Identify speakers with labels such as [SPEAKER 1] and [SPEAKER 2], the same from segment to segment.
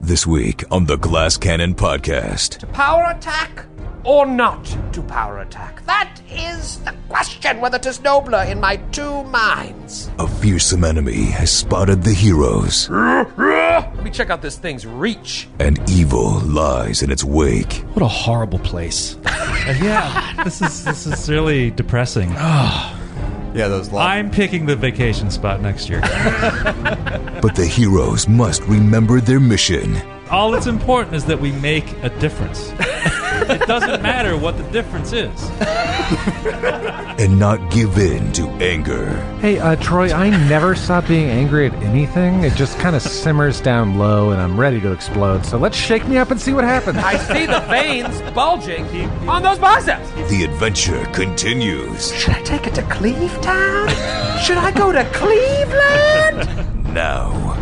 [SPEAKER 1] This week on the Glass Cannon Podcast.
[SPEAKER 2] to power attack or not to power attack? That is the question, whether 'tis nobler in my two minds.
[SPEAKER 1] A fearsome enemy has spotted the heroes,
[SPEAKER 2] Let me check out this thing's reach.
[SPEAKER 1] and evil lies in its wake.
[SPEAKER 3] What a horrible place.
[SPEAKER 4] Yeah, this is this is really depressing.
[SPEAKER 5] Yeah, those long.
[SPEAKER 4] I'm picking the vacation spot next year.
[SPEAKER 1] But the heroes must remember their mission
[SPEAKER 4] All that's important is that we make a difference. It doesn't matter what the difference is.
[SPEAKER 1] and not give in to anger.
[SPEAKER 6] Hey, uh, Troy, I never stop being angry at anything. It just kind of simmers down low, and I'm ready to explode. So let's shake me up and see what happens.
[SPEAKER 2] I see the veins bulging on those biceps.
[SPEAKER 1] The adventure continues
[SPEAKER 2] Should I take it to Cleavetown? Should I go to Cleveland?
[SPEAKER 1] now.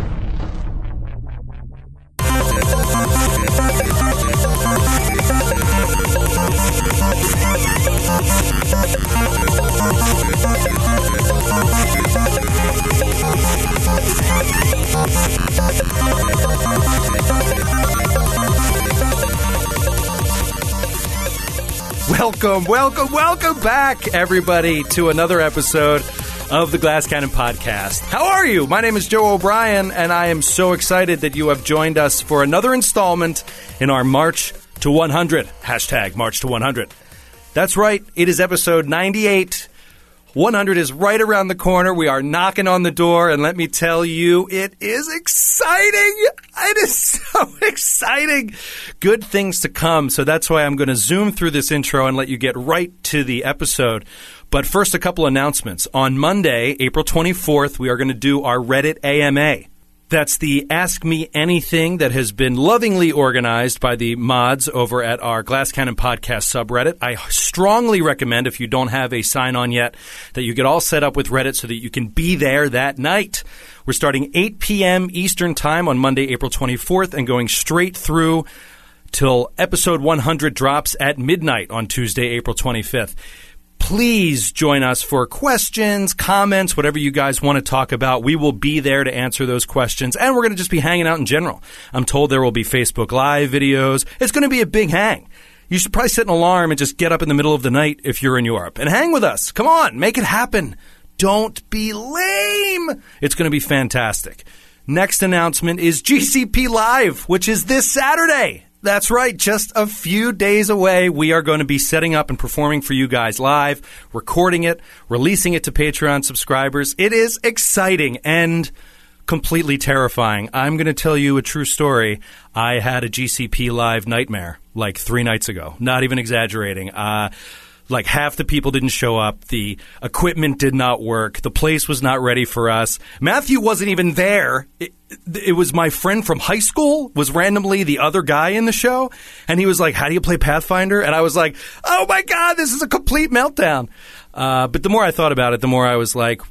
[SPEAKER 7] Welcome, welcome, welcome back, everybody, to another episode of the Glass Cannon Podcast. How are you? My name is Joe O'Brien, and I am so excited that you have joined us for another installment in our March to 100 hashtag March to 100. That's right, it is episode 98. 100 is right around the corner. We are knocking on the door, and let me tell you, it is exciting. It is so exciting. Good things to come. So that's why I'm going to zoom through this intro and let you get right to the episode. But first, a couple announcements. On Monday, April 24th, we are going to do our Reddit AMA. That's the Ask Me Anything that has been lovingly organized by the mods over at our Glass Cannon Podcast subreddit. I strongly recommend, if you don't have a sign on yet, that you get all set up with Reddit so that you can be there that night. We're starting 8 p.m. Eastern Time on Monday, April 24th, and going straight through till episode 100 drops at midnight on Tuesday, April 25th. Please join us for questions, comments, whatever you guys want to talk about. We will be there to answer those questions, and we're going to just be hanging out in general. I'm told there will be Facebook Live videos. It's going to be a big hang. You should probably set an alarm and just get up in the middle of the night if you're in Europe and hang with us. Come on, make it happen. Don't be lame. It's going to be fantastic. Next announcement is GCP Live, which is this Saturday. That's right, just a few days away, we are going to be setting up and performing for you guys live, recording it, releasing it to Patreon subscribers. It is exciting and completely terrifying. I'm going to tell you a true story. I had a GCP live nightmare like three nights ago. Not even exaggerating. Uh, like half the people didn't show up. The equipment did not work. The place was not ready for us. Matthew wasn't even there. It, it was my friend from high school was randomly the other guy in the show, and he was like, "How do you play Pathfinder?" And I was like, "Oh my god, this is a complete meltdown." Uh, but the more I thought about it, the more I was like,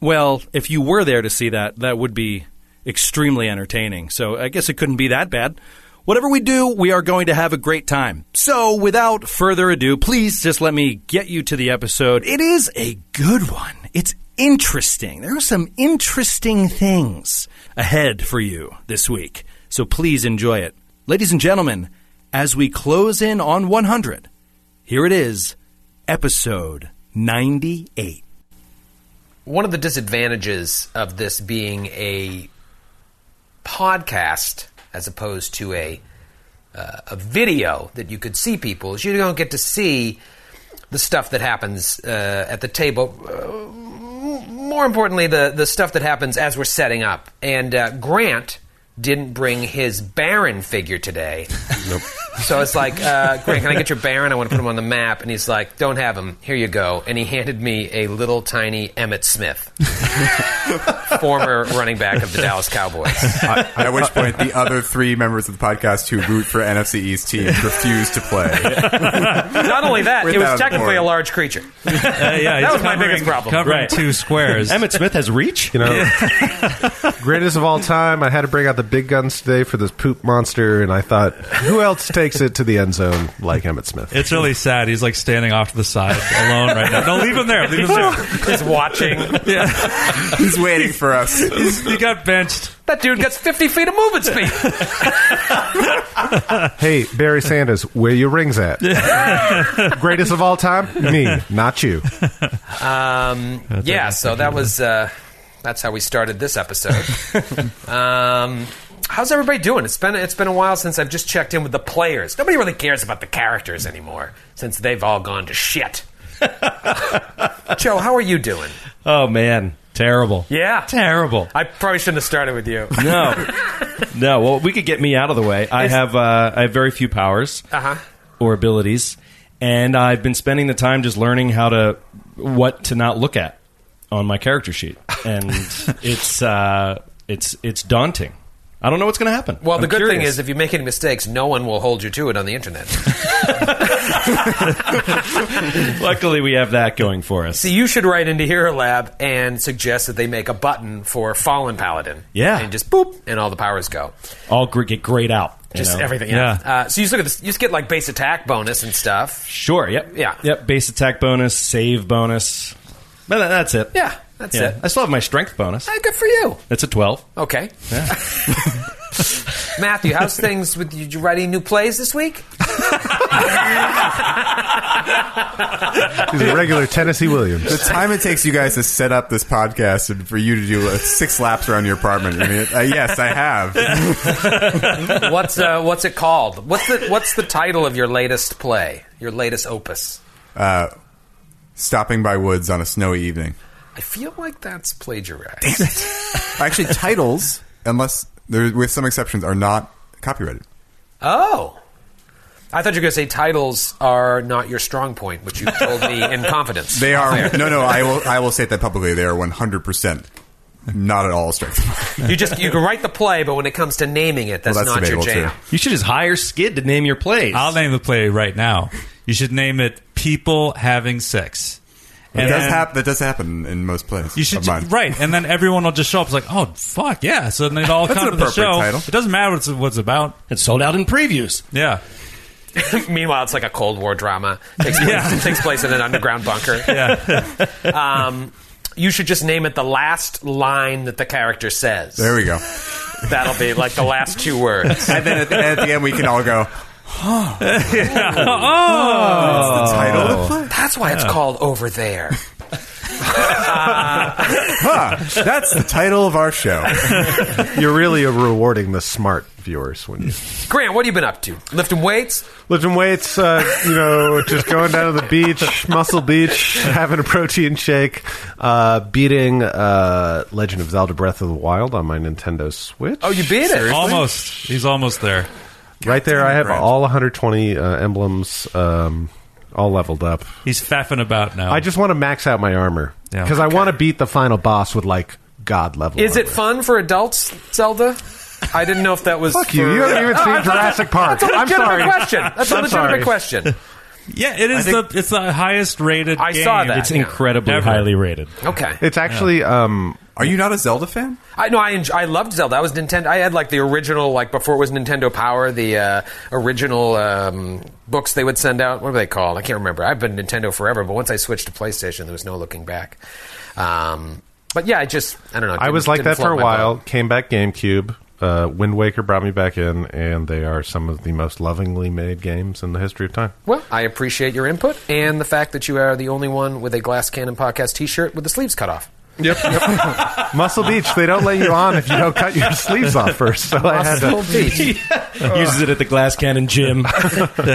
[SPEAKER 7] well, if you were there to see that, that would be extremely entertaining. So I guess it couldn't be that bad. Whatever we do, we are going to have a great time. So without further ado, please just let me get you to the episode. It is a good one. It's interesting. There are some interesting things ahead for you this week. So please enjoy it. Ladies and gentlemen, as we close in on 100, here it is, episode 98.
[SPEAKER 2] One of the disadvantages of this being a podcast as opposed to a uh, a video that you could see people is you don't get to see the stuff that happens uh, at the table. Uh, more importantly, the the stuff that happens as we're setting up. And uh, Grant didn't bring his Baron figure today. Nope. so it's like, uh, Grant, can I get your Baron? I want to put him on the map. And he's like, Don't have him. Here you go. And he handed me a little tiny Emmett Smith, former running back of the Dallas Cowboys.
[SPEAKER 5] at which point, the other three members of the podcast who root for NFC East teams refuse to play.
[SPEAKER 2] Not only that, it
[SPEAKER 5] Without
[SPEAKER 2] was technically
[SPEAKER 5] board.
[SPEAKER 2] a large creature.
[SPEAKER 4] Uh, yeah,
[SPEAKER 2] That
[SPEAKER 4] it's
[SPEAKER 2] was my
[SPEAKER 4] covering-
[SPEAKER 2] biggest problem.
[SPEAKER 4] Covering
[SPEAKER 7] Right.
[SPEAKER 4] two squares.
[SPEAKER 3] Emmett Smith has reach?
[SPEAKER 6] You know, greatest of all time. I had to bring out the big guns today for this poop monster, and I thought, who else takes it to the end zone like Emmett Smith.
[SPEAKER 4] It's really sad. He's like standing off to the side alone right now. No, leave him there. Leave him there.
[SPEAKER 2] He's watching.
[SPEAKER 5] He's waiting for us.
[SPEAKER 4] He's, he got benched.
[SPEAKER 2] That dude gets 50 feet of movement speed.
[SPEAKER 6] Hey, Barry Sanders, where your rings at? Greatest of all time? Me, not you.
[SPEAKER 2] Um, yeah, so that was uh, that's how we started this episode. um, how's everybody doing? It's been it's been a while since I've just checked in with the players. Nobody really cares about the characters anymore since they've all gone to shit. Joe, how are you doing?
[SPEAKER 8] Oh man, terrible.
[SPEAKER 2] Yeah.
[SPEAKER 8] terrible.
[SPEAKER 2] I probably shouldn't have started with you.
[SPEAKER 8] No, no. Well, we could get me out of the way. I have uh, I have very few powers
[SPEAKER 2] Uh-huh.
[SPEAKER 8] or abilities, and I've been spending the time just learning how to what to not look at on my character sheet, and it's uh, it's it's daunting. I don't know what's going to happen.
[SPEAKER 2] Well, the
[SPEAKER 8] I'm
[SPEAKER 2] good thing
[SPEAKER 8] curious.
[SPEAKER 2] is, if you make any mistakes, no one will hold you to it on the internet.
[SPEAKER 8] luckily we have that going for us.
[SPEAKER 2] See, you should write into Hero Lab and suggest that they make a button for Fallen Paladin.
[SPEAKER 8] Yeah.
[SPEAKER 2] And just boop, and all the powers go.
[SPEAKER 8] All gr- get grayed out. you
[SPEAKER 2] Just
[SPEAKER 8] know?
[SPEAKER 2] everything. Yeah. Uh, so you just, look at this, you just get like base attack bonus and stuff.
[SPEAKER 8] Sure. Yep.
[SPEAKER 2] Yeah.
[SPEAKER 8] Yep. Base attack bonus, save bonus. But that- that's it.
[SPEAKER 2] Yeah, that's it.
[SPEAKER 8] I still have my strength bonus.
[SPEAKER 2] Ah, good for you.
[SPEAKER 8] It's a twelve.
[SPEAKER 2] Okay. Matthew, how's things with you? You writing new plays this week?
[SPEAKER 6] He's a regular Tennessee Williams.
[SPEAKER 5] The time it takes you guys to set up this podcast and for you to do uh, six laps around your apartment. I mean, uh, yes, I have.
[SPEAKER 2] What's uh, what's it called? What's the what's the title of your latest play? Your latest opus?
[SPEAKER 5] Stopping by woods on a snowy evening.
[SPEAKER 2] I feel like that's plagiarized.
[SPEAKER 5] Actually, titles, unless there, with some exceptions, are not copyrighted.
[SPEAKER 2] Oh. I thought you were going to say titles are not your strong point, which you told me in confidence.
[SPEAKER 5] They are no, no. I will, I will state that publicly. They are one hundred percent not at all strength.
[SPEAKER 2] you just you can write the play, but when it comes to naming it, that's,
[SPEAKER 5] Well, that's
[SPEAKER 2] not your
[SPEAKER 5] debatable
[SPEAKER 2] jam.
[SPEAKER 5] too.
[SPEAKER 8] You should just hire Skid to name your plays.
[SPEAKER 4] I'll name the play right now. You should name it "People Having Sex."
[SPEAKER 5] It does
[SPEAKER 4] then-
[SPEAKER 5] hap- that does happen in most places.
[SPEAKER 4] You should
[SPEAKER 5] of
[SPEAKER 4] ju-
[SPEAKER 5] mine.
[SPEAKER 4] right, and then everyone will just show up. It's like, oh fuck yeah! So then they all
[SPEAKER 5] That's
[SPEAKER 4] come
[SPEAKER 5] an
[SPEAKER 4] to the
[SPEAKER 5] appropriate
[SPEAKER 4] show.
[SPEAKER 5] title.
[SPEAKER 4] It doesn't matter what it's, what it's about.
[SPEAKER 8] It's sold out in previews.
[SPEAKER 4] Yeah,
[SPEAKER 2] Meanwhile, it's like a Cold War drama. Takes place, takes place in an underground bunker.
[SPEAKER 4] yeah.
[SPEAKER 2] Um, you should just name it the last line that the character says.
[SPEAKER 5] There we go.
[SPEAKER 2] That'll be like the last two words.
[SPEAKER 5] And then at the, at the end, we can all go.
[SPEAKER 4] oh,
[SPEAKER 5] That's the title. of the play?
[SPEAKER 2] That's why it's called Over There.
[SPEAKER 5] Huh, that's the title of our show.
[SPEAKER 6] You're really rewarding the smart viewers when you
[SPEAKER 2] Grant, what have you been up to? Lifting weights?
[SPEAKER 6] lifting weights. Uh, you know, just going down to the beach, Muscle Beach, having a protein shake, uh, beating uh, Legend of Zelda: Breath of the Wild on my Nintendo Switch.
[SPEAKER 2] Oh, you beat it.
[SPEAKER 4] almost. He's almost there.
[SPEAKER 6] right there! I have
[SPEAKER 5] Grant.
[SPEAKER 6] all 120 uh, emblems, um, all leveled up.
[SPEAKER 2] Hmm.
[SPEAKER 4] He's faffing about now.
[SPEAKER 6] I just want to max out my armor
[SPEAKER 4] Yeah.
[SPEAKER 6] because I want to beat the final boss with like god level.
[SPEAKER 2] Is it
[SPEAKER 6] armor.
[SPEAKER 2] fun for adults, Zelda? I didn't know if that was.
[SPEAKER 6] Fuck you! You haven't even seen Jurassic Park.
[SPEAKER 2] That's a
[SPEAKER 6] I'm
[SPEAKER 2] legitimate
[SPEAKER 6] sorry.
[SPEAKER 2] question. That's a
[SPEAKER 6] I'm
[SPEAKER 2] legitimate
[SPEAKER 6] sorry.
[SPEAKER 2] question.
[SPEAKER 4] yeah, it is the it's the highest rated.
[SPEAKER 2] I saw
[SPEAKER 4] game.
[SPEAKER 2] that.
[SPEAKER 8] It's incredibly
[SPEAKER 4] Ever.
[SPEAKER 8] highly rated.
[SPEAKER 2] Okay.
[SPEAKER 6] It's actually um,
[SPEAKER 5] Are you not a Zelda fan?
[SPEAKER 2] I know I enj- I loved Zelda. I was Nintendo. I had like the original, like before it was Nintendo Power, the uh, original um, books they would send out. What were they called? I can't remember. I've been Nintendo forever, but once I switched to PlayStation, there was no looking back. Um, but yeah, I just I don't know. it
[SPEAKER 6] I
[SPEAKER 2] didn't-
[SPEAKER 6] was like
[SPEAKER 2] didn't
[SPEAKER 6] that for a
[SPEAKER 2] float my
[SPEAKER 6] while.
[SPEAKER 2] boat.
[SPEAKER 6] Came back GameCube. Uh, Wind Waker brought me back in, and they are some of the most lovingly made games in the history of time.
[SPEAKER 2] Well, I appreciate your input and the fact that you are the only one with a Glass Cannon podcast T-shirt with the sleeves cut off.
[SPEAKER 6] Yep. Muscle Beach. They don't let you on if you don't cut your sleeves off first. So I had to.
[SPEAKER 8] Uses it at the Glass Cannon gym.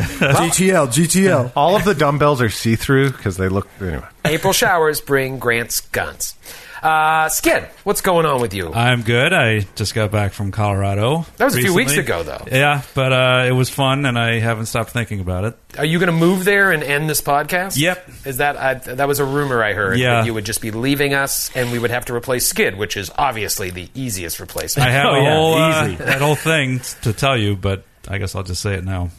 [SPEAKER 5] GTL, GTL.
[SPEAKER 6] All of the dumbbells are see through because they look anyway.
[SPEAKER 2] April showers bring Grant's guns. Uh, Skid, what's going on with you?
[SPEAKER 4] I'm good. I just got back from Colorado.
[SPEAKER 2] That was a few
[SPEAKER 4] recently.
[SPEAKER 2] weeks ago, though.
[SPEAKER 4] Yeah, but uh, it was fun, and I haven't stopped thinking about it.
[SPEAKER 2] Are you going to move there and end this podcast?
[SPEAKER 4] Yep.
[SPEAKER 2] Is that I, that was a rumor I heard
[SPEAKER 4] Yeah.
[SPEAKER 2] that you would just be leaving us and we would have to replace Skid, which is obviously the easiest replacement.
[SPEAKER 4] I have
[SPEAKER 8] Oh,
[SPEAKER 4] a
[SPEAKER 8] yeah,
[SPEAKER 4] whole uh,
[SPEAKER 8] easy.
[SPEAKER 4] that whole thing to tell you, but I guess I'll just say it now.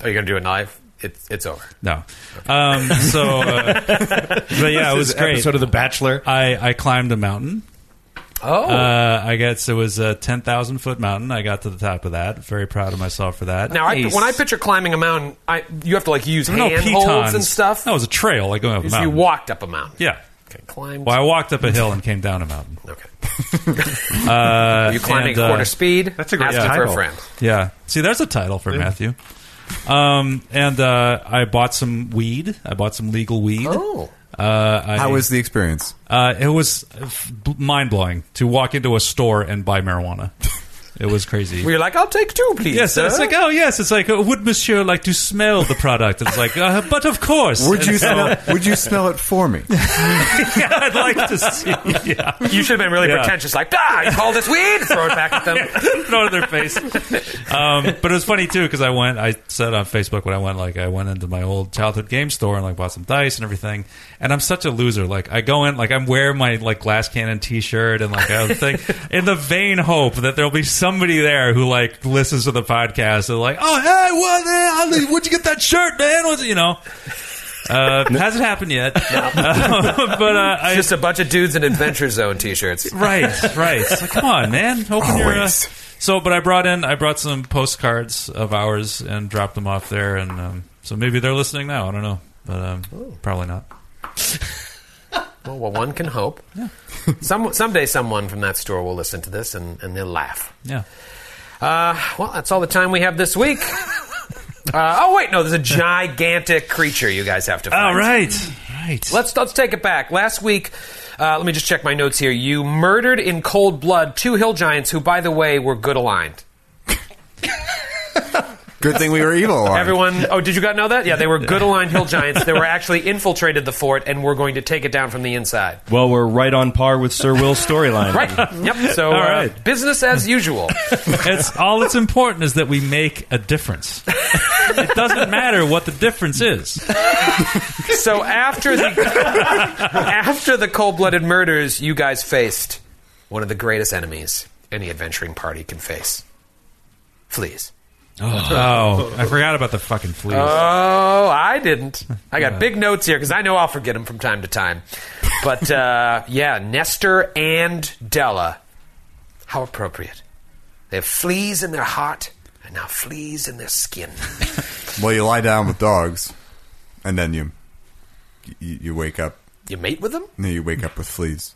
[SPEAKER 2] Are you going to do it live? It's it's over.
[SPEAKER 4] No, um, so uh, but yeah, it was great.
[SPEAKER 8] Episode of The Bachelor.
[SPEAKER 4] I I climbed a mountain.
[SPEAKER 2] Oh.
[SPEAKER 4] Uh, I guess it was a 10,000 foot mountain. I got to the top of that. Very proud of myself for that.
[SPEAKER 2] Now, I,
[SPEAKER 4] Nice.
[SPEAKER 2] when I picture climbing a mountain, I, you have to like use
[SPEAKER 4] no
[SPEAKER 2] hand holds
[SPEAKER 4] pitons
[SPEAKER 2] and stuff.
[SPEAKER 4] No, it was a trail like going up a
[SPEAKER 2] So you
[SPEAKER 4] mountain.
[SPEAKER 2] walked up a mountain.
[SPEAKER 4] yeah.
[SPEAKER 2] Climbed.
[SPEAKER 4] Well, I walked up a hill and came down a mountain.
[SPEAKER 2] Okay.
[SPEAKER 4] Uh,
[SPEAKER 2] You climbing
[SPEAKER 4] and, uh,
[SPEAKER 2] quarter speed.
[SPEAKER 6] That's a great
[SPEAKER 2] asking for a
[SPEAKER 6] title.
[SPEAKER 2] friend.
[SPEAKER 4] Yeah. See, there's a title for Matthew. Um, and uh, I bought some weed. I bought some legal weed.
[SPEAKER 2] Oh.
[SPEAKER 4] Uh, I,
[SPEAKER 5] How was the experience?
[SPEAKER 4] Uh, it was mind blowing to walk into a store and buy marijuana. It was crazy.
[SPEAKER 2] Where you're like, I'll take two, please.
[SPEAKER 4] Yes,
[SPEAKER 2] sir.
[SPEAKER 4] it's like oh yes, it's like uh, would Monsieur like to smell the product? It's like uh, but of course.
[SPEAKER 5] Would
[SPEAKER 4] And
[SPEAKER 5] you
[SPEAKER 4] so-
[SPEAKER 5] smell, would you smell it for me?
[SPEAKER 4] Yeah, I'd like to see. Yeah,
[SPEAKER 2] you should have been really
[SPEAKER 4] Yeah.
[SPEAKER 2] pretentious. Like, ah, you call this weed? Throw it back at them.
[SPEAKER 4] throw it in their face. Um, but it was funny too because I went. I said on Facebook when I went, like I went into my old childhood game store and like bought some dice and everything. And I'm such a loser. Like I go in, like I'm wearing my like glass cannon T-shirt and like a thing in the vain hope that there'll be somebody there who like listens to the podcast and like, oh hey, what? eh, how- Where'd you get that shirt, man? What's it-" you know? Uh, hasn't happened yet, but uh, I,
[SPEAKER 2] Just a bunch of dudes in Adventure Zone t-shirts.
[SPEAKER 4] Right, right. It's like, come on, man. Open your. Uh,
[SPEAKER 5] Always.
[SPEAKER 4] so, but I brought in, I brought some postcards of ours and dropped them off there, and um, so maybe they're listening now. I don't know, but um, probably not.
[SPEAKER 2] Well, well, one can hope. Some someday someone from that store will listen to this and, and they'll laugh.
[SPEAKER 4] Yeah.
[SPEAKER 2] Uh, well, that's all the time we have this week. Uh, oh wait, no, there's a gigantic creature you guys have to find.
[SPEAKER 4] All right, right.
[SPEAKER 2] Let's let's take it back. Last week, uh, let me just check my notes here. You murdered in cold blood two hill giants who, by the way, were good aligned.
[SPEAKER 5] Good thing we were evil. alarmed.
[SPEAKER 2] Everyone, oh, did you guys know that? Yeah, they were good aligned hill giants. They were actually infiltrated the fort and were going to take it down from the inside.
[SPEAKER 8] Well, we're right on par with Sir Will's storyline.
[SPEAKER 2] Right. Yep. So,
[SPEAKER 4] All
[SPEAKER 2] uh,
[SPEAKER 4] right.
[SPEAKER 2] business as usual.
[SPEAKER 4] it's all that's important is that we make a difference. it doesn't matter what the difference is.
[SPEAKER 2] So after the after the cold-blooded murders, you guys faced one of the greatest enemies any adventuring party can face: fleas.
[SPEAKER 4] Oh, I forgot about the fucking fleas.
[SPEAKER 2] Oh, I didn't. I got big notes here because I know I'll forget them from time to time. But uh, yeah, Nestor and Della. How appropriate. They have fleas in their heart and now fleas in their skin.
[SPEAKER 5] Well, you lie down with dogs, and then you you, you wake up.
[SPEAKER 2] You mate with them?
[SPEAKER 5] No, you wake up with fleas.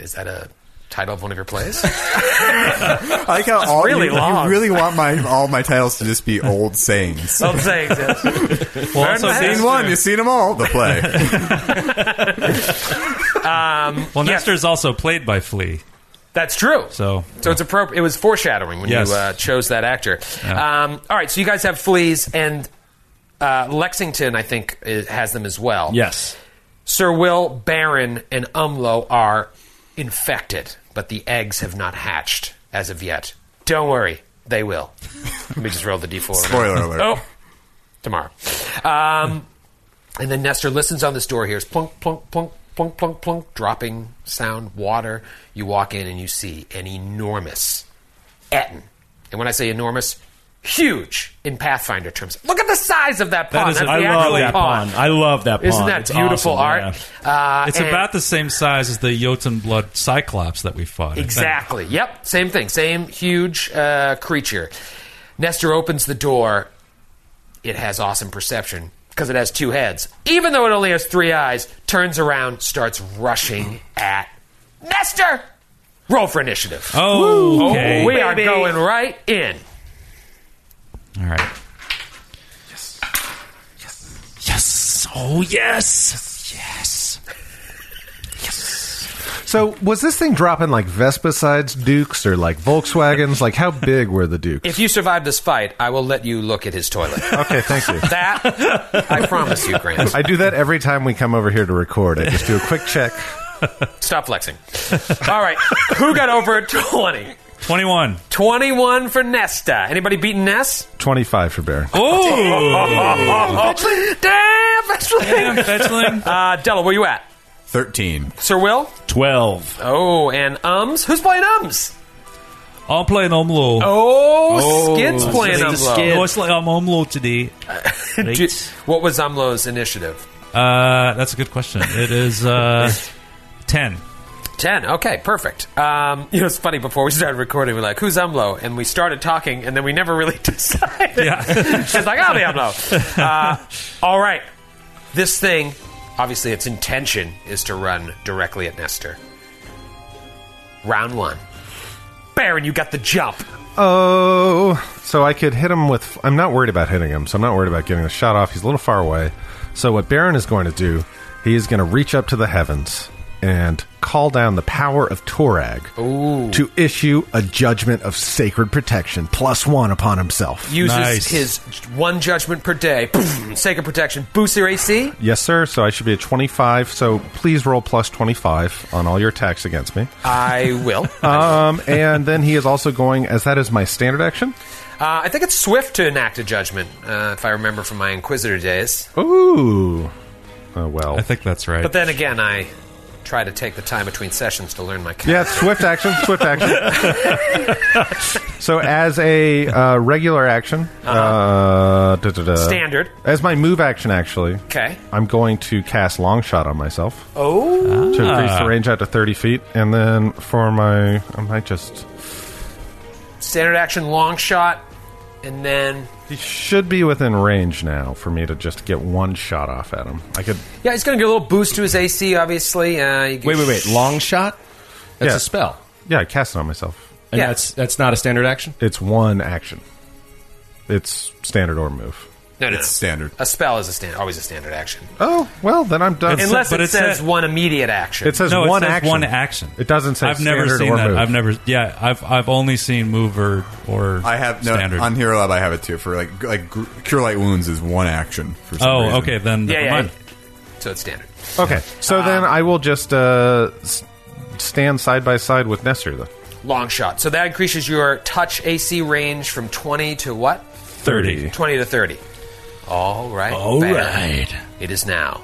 [SPEAKER 2] Is that a title of one of your plays?
[SPEAKER 5] I like how all
[SPEAKER 2] really
[SPEAKER 5] you,
[SPEAKER 2] long.
[SPEAKER 5] you really want my all my titles to just be old sayings.
[SPEAKER 2] Some sayings. yes.
[SPEAKER 4] well, also,
[SPEAKER 5] Scene one, you've seen them all. The play.
[SPEAKER 4] well, Nestor's also played by Flea,
[SPEAKER 2] That's true.
[SPEAKER 4] so
[SPEAKER 2] So it's appropriate. It was foreshadowing when
[SPEAKER 4] Yes.
[SPEAKER 2] you uh, chose that actor.
[SPEAKER 4] Yeah.
[SPEAKER 2] Um, all right, so you guys have fleas, and uh, Lexington, I think, is, has them as well.
[SPEAKER 8] Yes.
[SPEAKER 2] Sir Will, Baron, and Umlo are infected, but the eggs have not hatched as of yet. Don't worry, they will. Let me just roll the d4.
[SPEAKER 5] Spoiler alert.
[SPEAKER 2] Oh, tomorrow. Um, and then Nestor listens on this door, hears plunk, plunk, plunk, plunk, plunk, plunk, dropping sound, water. You walk in and you see an enormous Etin. And when I say enormous, huge in Pathfinder terms. Look at the size of that pond.
[SPEAKER 4] is-
[SPEAKER 2] That's
[SPEAKER 4] I
[SPEAKER 2] the
[SPEAKER 4] love
[SPEAKER 2] actual
[SPEAKER 4] that
[SPEAKER 2] pond.
[SPEAKER 8] I love that
[SPEAKER 2] Isn't
[SPEAKER 8] pond.
[SPEAKER 2] that
[SPEAKER 8] It's
[SPEAKER 2] beautiful
[SPEAKER 8] awesome,
[SPEAKER 2] art? Uh,
[SPEAKER 4] It's
[SPEAKER 2] and-
[SPEAKER 4] about the same size as the Jotunblood Cyclops that we fought. I think.
[SPEAKER 2] Exactly. Yep. Same thing. Same huge uh, creature. Nestor opens the door. It has awesome perception because it has two heads. Even though it only has three eyes, turns around, starts rushing at Nestor. Roll for initiative.
[SPEAKER 4] Oh, okay.
[SPEAKER 2] we are going right in.
[SPEAKER 4] All right. Yes. Yes. Yes. Oh, yes. Yes.
[SPEAKER 6] So was this thing dropping like Vespasides Dukes or like Volkswagens? Like how big were the Dukes?
[SPEAKER 2] If you survive this fight, I will let you look at his toilet.
[SPEAKER 6] Okay, thank you.
[SPEAKER 2] That I promise you, Grant.
[SPEAKER 6] I do that every time we come over here to record. I just do a quick check.
[SPEAKER 2] Stop flexing. All right, who got over twenty?
[SPEAKER 4] 21.
[SPEAKER 2] 21 for Nesta. Anybody beating Ness?
[SPEAKER 6] 25 for Bear.
[SPEAKER 4] Oh,
[SPEAKER 2] Damn, that's
[SPEAKER 4] damn,
[SPEAKER 2] right.
[SPEAKER 4] fetchling.
[SPEAKER 2] Uh, Della, where you at?
[SPEAKER 5] Thirteen.
[SPEAKER 2] Sir Will?
[SPEAKER 8] 12.
[SPEAKER 2] Oh, and Ums? Who's playing Ums?
[SPEAKER 4] I'm playing Omlo.
[SPEAKER 2] Oh, Skid's playing
[SPEAKER 8] so it's a
[SPEAKER 2] Umlo.
[SPEAKER 8] Skid.
[SPEAKER 4] Oh, it's like I'm Omlo today.
[SPEAKER 2] Do- what was Umlo's initiative?
[SPEAKER 4] Uh, that's a good question. It is uh, 10.
[SPEAKER 2] Ten. Okay, perfect. Um, it was funny before we started recording. We're like, "Who's Umlo?" And we started talking, and then we never really decided. Yeah, she's like, "I'll be Umlo." Uh, all right, this thing, obviously, its intention is to run directly at Nestor. Round one, Baron, you got the jump.
[SPEAKER 6] Oh, so I could hit him with. I'm not worried about hitting him, so I'm not worried about getting the shot off. He's a little far away. So what Baron is going to do, he is going to reach up to the heavens and call down the power of Torag to issue a judgment of sacred protection plus one upon himself.
[SPEAKER 2] Uses
[SPEAKER 4] Nice.
[SPEAKER 2] his one judgment per day, sacred protection, boosts your AC.
[SPEAKER 6] Yes, sir. So I should be at 25. So please roll plus 25 on all your attacks against me.
[SPEAKER 2] I will.
[SPEAKER 6] Um, and then he is also going, as that is my standard action.
[SPEAKER 2] Uh, I think it's swift to enact a judgment, uh, if I remember from my Inquisitor days.
[SPEAKER 6] Ooh. Oh, well.
[SPEAKER 4] I think that's right.
[SPEAKER 2] But then again, I try to take the time between sessions to learn my character.
[SPEAKER 6] Yeah, swift action, swift action. so as a uh, regular action, uh, da, da, da.
[SPEAKER 2] Uh-huh. Standard.
[SPEAKER 6] As my move action, actually,
[SPEAKER 2] Okay.
[SPEAKER 6] I'm going to cast long shot on myself
[SPEAKER 2] Oh,
[SPEAKER 6] to increase the range out to 30 feet, and then for my, I might just
[SPEAKER 2] standard action, long shot, and then
[SPEAKER 6] he should be within range now for me to just get one shot off at him. I could
[SPEAKER 2] yeah, he's going to get a little boost to his AC. Obviously, uh, you get-
[SPEAKER 8] Wait, wait, wait. Long shot? That's
[SPEAKER 6] Yeah.
[SPEAKER 8] a spell.
[SPEAKER 6] Yeah, I cast it on myself.
[SPEAKER 8] And
[SPEAKER 2] Yeah.
[SPEAKER 8] that's that's not a standard action?
[SPEAKER 6] It's one action. It's standard or move.
[SPEAKER 2] No, no,
[SPEAKER 5] It's
[SPEAKER 2] no.
[SPEAKER 5] standard.
[SPEAKER 2] A spell is a stand, always a standard action,
[SPEAKER 6] Oh, well, then I'm done.
[SPEAKER 4] It's-
[SPEAKER 2] unless
[SPEAKER 4] but
[SPEAKER 2] it
[SPEAKER 4] it's
[SPEAKER 2] says
[SPEAKER 4] a-
[SPEAKER 2] one immediate action.
[SPEAKER 6] it says
[SPEAKER 4] no,
[SPEAKER 6] one
[SPEAKER 4] it says
[SPEAKER 6] action.
[SPEAKER 4] one action.
[SPEAKER 6] It doesn't say
[SPEAKER 4] I've never
[SPEAKER 6] standard
[SPEAKER 4] seen
[SPEAKER 6] or
[SPEAKER 4] that.
[SPEAKER 6] move.
[SPEAKER 4] I've never. Yeah, I've I've only seen mover or
[SPEAKER 5] I have no
[SPEAKER 4] standard.
[SPEAKER 5] on Hero Lab. I have it too for like like gr- cure light wounds is one action. For some
[SPEAKER 4] oh,
[SPEAKER 5] reason.
[SPEAKER 4] okay. Then
[SPEAKER 2] yeah,
[SPEAKER 4] never
[SPEAKER 2] yeah,
[SPEAKER 4] mind.
[SPEAKER 2] so it's standard.
[SPEAKER 6] Okay, so then I will just uh, s- stand side by side with Nestor. Then
[SPEAKER 2] Long shot. So that increases your touch AC range from twenty to what?
[SPEAKER 4] Thirty.
[SPEAKER 2] Twenty to thirty. All right. All right. It is now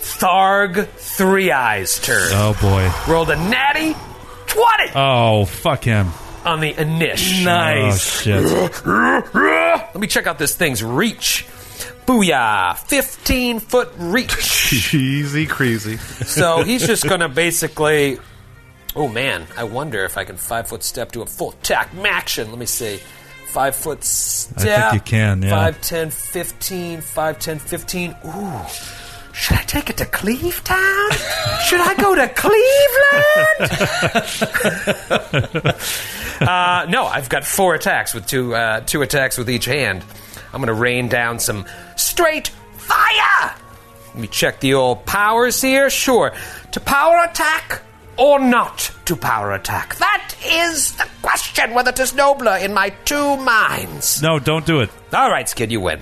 [SPEAKER 2] Tharg Three Eyes' turn.
[SPEAKER 4] Oh boy.
[SPEAKER 2] Rolled a natty twenty.
[SPEAKER 4] Oh fuck him.
[SPEAKER 2] on the Anish.
[SPEAKER 4] Oh shit.
[SPEAKER 2] Let me check out this thing's reach. Booyah! 15 foot reach.
[SPEAKER 6] cheesy, crazy.
[SPEAKER 2] so he's just going to basically. Oh man, I wonder if I can five foot step to a full attack action. Let me see. Five foot step.
[SPEAKER 4] you can, yeah.
[SPEAKER 2] 5, 10, 15, 5, 10, 15. Ooh. Should I take it to Cleve Town? Should I go to Cleveland? uh, no, I've got four attacks with two uh, two attacks with each hand. I'm going to rain down some straight fire. Let me check the old powers here. Sure, to power attack or not to power attack. That is the question. Whether 'tis nobler in my two minds.
[SPEAKER 4] No, don't do it.
[SPEAKER 2] All right, Skid, you win.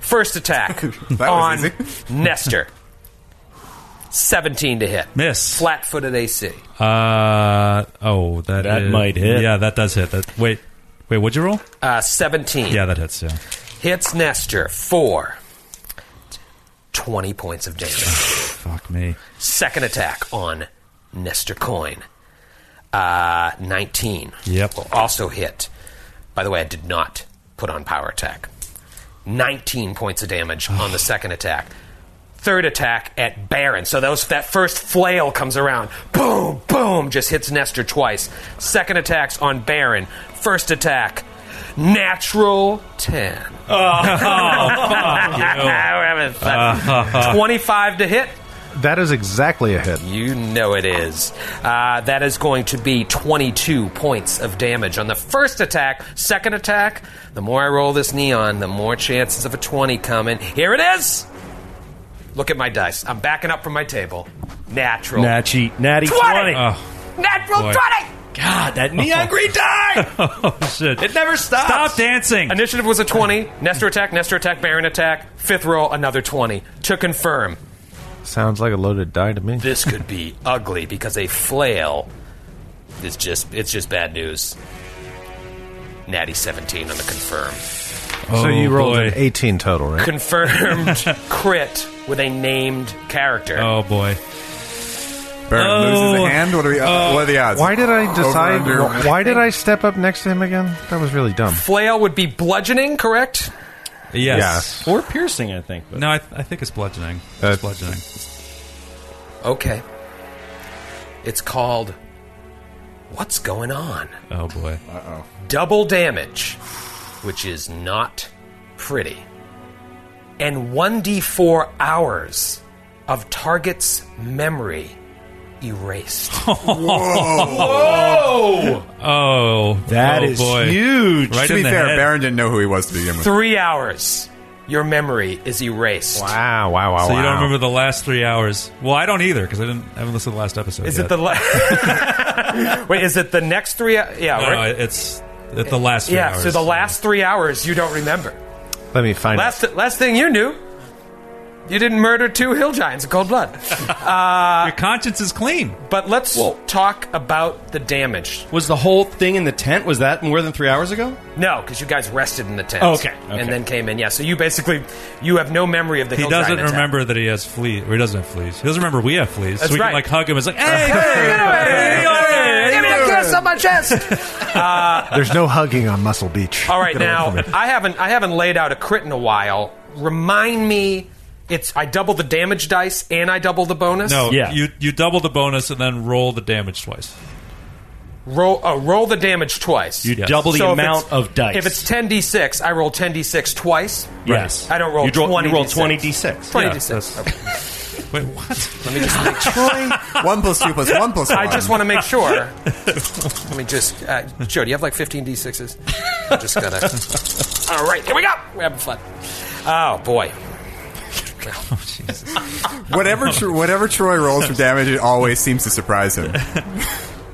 [SPEAKER 2] First attack
[SPEAKER 5] was
[SPEAKER 2] on
[SPEAKER 5] easy.
[SPEAKER 2] Nestor. 17 to hit.
[SPEAKER 4] Miss.
[SPEAKER 2] Flat footed AC.
[SPEAKER 4] Uh oh, that
[SPEAKER 8] That
[SPEAKER 4] is-
[SPEAKER 8] might hit.
[SPEAKER 4] Yeah, that does hit. That wait, wait, what'd you roll?
[SPEAKER 2] Uh, 17.
[SPEAKER 4] Yeah, that hits. Yeah.
[SPEAKER 2] Hits Nestor. Four. 20 points of damage.
[SPEAKER 4] Fuck me.
[SPEAKER 2] Second attack on Nestor Coin. Uh, 19.
[SPEAKER 4] Yep.
[SPEAKER 2] Will also hit. By the way, I did not put on power attack. 19 points of damage on the second attack. Third attack at Baron. So those, that first flail comes around. Boom, boom, just hits Nestor twice. Second attack's on Baron. First attack, natural 10. We're having fun. 25 to hit.
[SPEAKER 6] That is exactly a hit.
[SPEAKER 2] You know it is. Uh, that is going to be 22 points of damage on the first attack. Second attack, the more I roll this neon, the more chances of a 20 coming. Here it is! Look at my dice. I'm backing up from my table. Natural.
[SPEAKER 8] Natty, natty
[SPEAKER 2] 20!
[SPEAKER 8] 20.
[SPEAKER 2] Natural
[SPEAKER 4] boy.
[SPEAKER 2] 20!
[SPEAKER 8] God, that neon green die!
[SPEAKER 4] Oh shit.
[SPEAKER 8] It never stops.
[SPEAKER 4] Stop dancing.
[SPEAKER 2] Initiative was a 20. Nestor attack, Nestor attack, Baron attack. Fifth roll, another 20. To confirm,
[SPEAKER 6] Sounds like a loaded die to me.
[SPEAKER 2] this could be ugly because a flail is just it's just bad news. Natty 17 on the confirm.
[SPEAKER 6] so you
[SPEAKER 4] Oh,
[SPEAKER 6] rolled
[SPEAKER 4] boy.
[SPEAKER 6] an 18 total, right?
[SPEAKER 2] Confirmed crit with a named character.
[SPEAKER 4] Oh boy.
[SPEAKER 5] Baron loses
[SPEAKER 4] Oh.
[SPEAKER 5] a hand. What are we? Uh, what are the odds?
[SPEAKER 6] Why did I decide?
[SPEAKER 5] Over, under.
[SPEAKER 6] Why did I step up next to him again? That was really dumb.
[SPEAKER 2] Flail would be bludgeoning, correct?
[SPEAKER 4] Yes.
[SPEAKER 8] Or piercing, I think. But.
[SPEAKER 4] No, I, I think it's bludgeoning.
[SPEAKER 6] Uh,
[SPEAKER 4] It's bludgeoning.
[SPEAKER 2] Okay. It's called What's Going On?
[SPEAKER 4] Oh boy.
[SPEAKER 2] Uh, Double damage, which is not pretty. And 1d4 hours of target's memory erased.
[SPEAKER 4] Oh,
[SPEAKER 8] That
[SPEAKER 4] oh,
[SPEAKER 8] is
[SPEAKER 4] boy.
[SPEAKER 8] huge.
[SPEAKER 4] Right
[SPEAKER 5] to
[SPEAKER 4] in
[SPEAKER 5] be
[SPEAKER 4] the
[SPEAKER 5] fair,
[SPEAKER 4] head.
[SPEAKER 5] Baron didn't know who he was to begin with.
[SPEAKER 2] Three hours. Your memory is erased.
[SPEAKER 6] Wow, wow, wow,
[SPEAKER 4] So
[SPEAKER 6] wow.
[SPEAKER 4] you don't remember the last three hours? Well, I don't either because I didn't. I haven't listened to the last episode.
[SPEAKER 2] Is
[SPEAKER 4] yet.
[SPEAKER 2] it the la- wait? Is it the next three? hou- Yeah,
[SPEAKER 4] No,
[SPEAKER 2] right?
[SPEAKER 4] no, it's at the last. Three
[SPEAKER 2] yeah.
[SPEAKER 4] Hours.
[SPEAKER 2] So the last three hours you don't remember.
[SPEAKER 6] Let me find
[SPEAKER 2] Last last thing you knew, you didn't murder two hill giants in cold blood.
[SPEAKER 4] Your conscience is clean.
[SPEAKER 2] But let's talk about the damage.
[SPEAKER 8] Was the whole thing in the tent? Was that more than three hours ago?
[SPEAKER 2] No, because you guys rested in the tent.
[SPEAKER 8] Okay, okay.
[SPEAKER 2] and then came in. Yeah, so you basically you have no memory of the.
[SPEAKER 4] He
[SPEAKER 2] hill
[SPEAKER 4] doesn't
[SPEAKER 2] giant attack.
[SPEAKER 4] remember that he has fleas, or he doesn't have fleas. He doesn't remember we have fleas.
[SPEAKER 2] That's
[SPEAKER 4] so we
[SPEAKER 2] right.
[SPEAKER 4] can like hug him. It's like, hey, get
[SPEAKER 2] Hey,
[SPEAKER 4] away,
[SPEAKER 2] Give me
[SPEAKER 4] get away.
[SPEAKER 2] a kiss on my chest.
[SPEAKER 6] it. There's no hugging on Muscle Beach.
[SPEAKER 2] All right,
[SPEAKER 6] Get away
[SPEAKER 2] now
[SPEAKER 6] from me.
[SPEAKER 2] I haven't I haven't laid out a crit in a while. Remind me, it's I double the damage dice and I double the bonus.
[SPEAKER 4] No,
[SPEAKER 8] Yeah.
[SPEAKER 4] you you double the bonus and then roll the damage twice.
[SPEAKER 2] roll uh, roll the damage twice.
[SPEAKER 8] You
[SPEAKER 4] Yes.
[SPEAKER 8] double the
[SPEAKER 2] So if
[SPEAKER 8] amount
[SPEAKER 2] it's-
[SPEAKER 8] of dice.
[SPEAKER 2] If it's ten d six, I roll ten d six twice.
[SPEAKER 8] yes,
[SPEAKER 2] I don't roll
[SPEAKER 8] You, draw-
[SPEAKER 2] 20
[SPEAKER 8] you roll
[SPEAKER 2] D6.
[SPEAKER 8] twenty d6.
[SPEAKER 2] Twenty
[SPEAKER 4] Yeah,
[SPEAKER 2] d six.
[SPEAKER 4] Wait, what?
[SPEAKER 2] Let me just make sure.
[SPEAKER 5] one plus two plus one plus one.
[SPEAKER 2] I just want to make sure. Let me just, uh, Joe. Do you have like fifteen d sixes? I just gotta. All right, here we go. We're having fun. Oh boy,
[SPEAKER 5] whatever Tro- whatever Troy rolls for damage, it always seems to surprise him.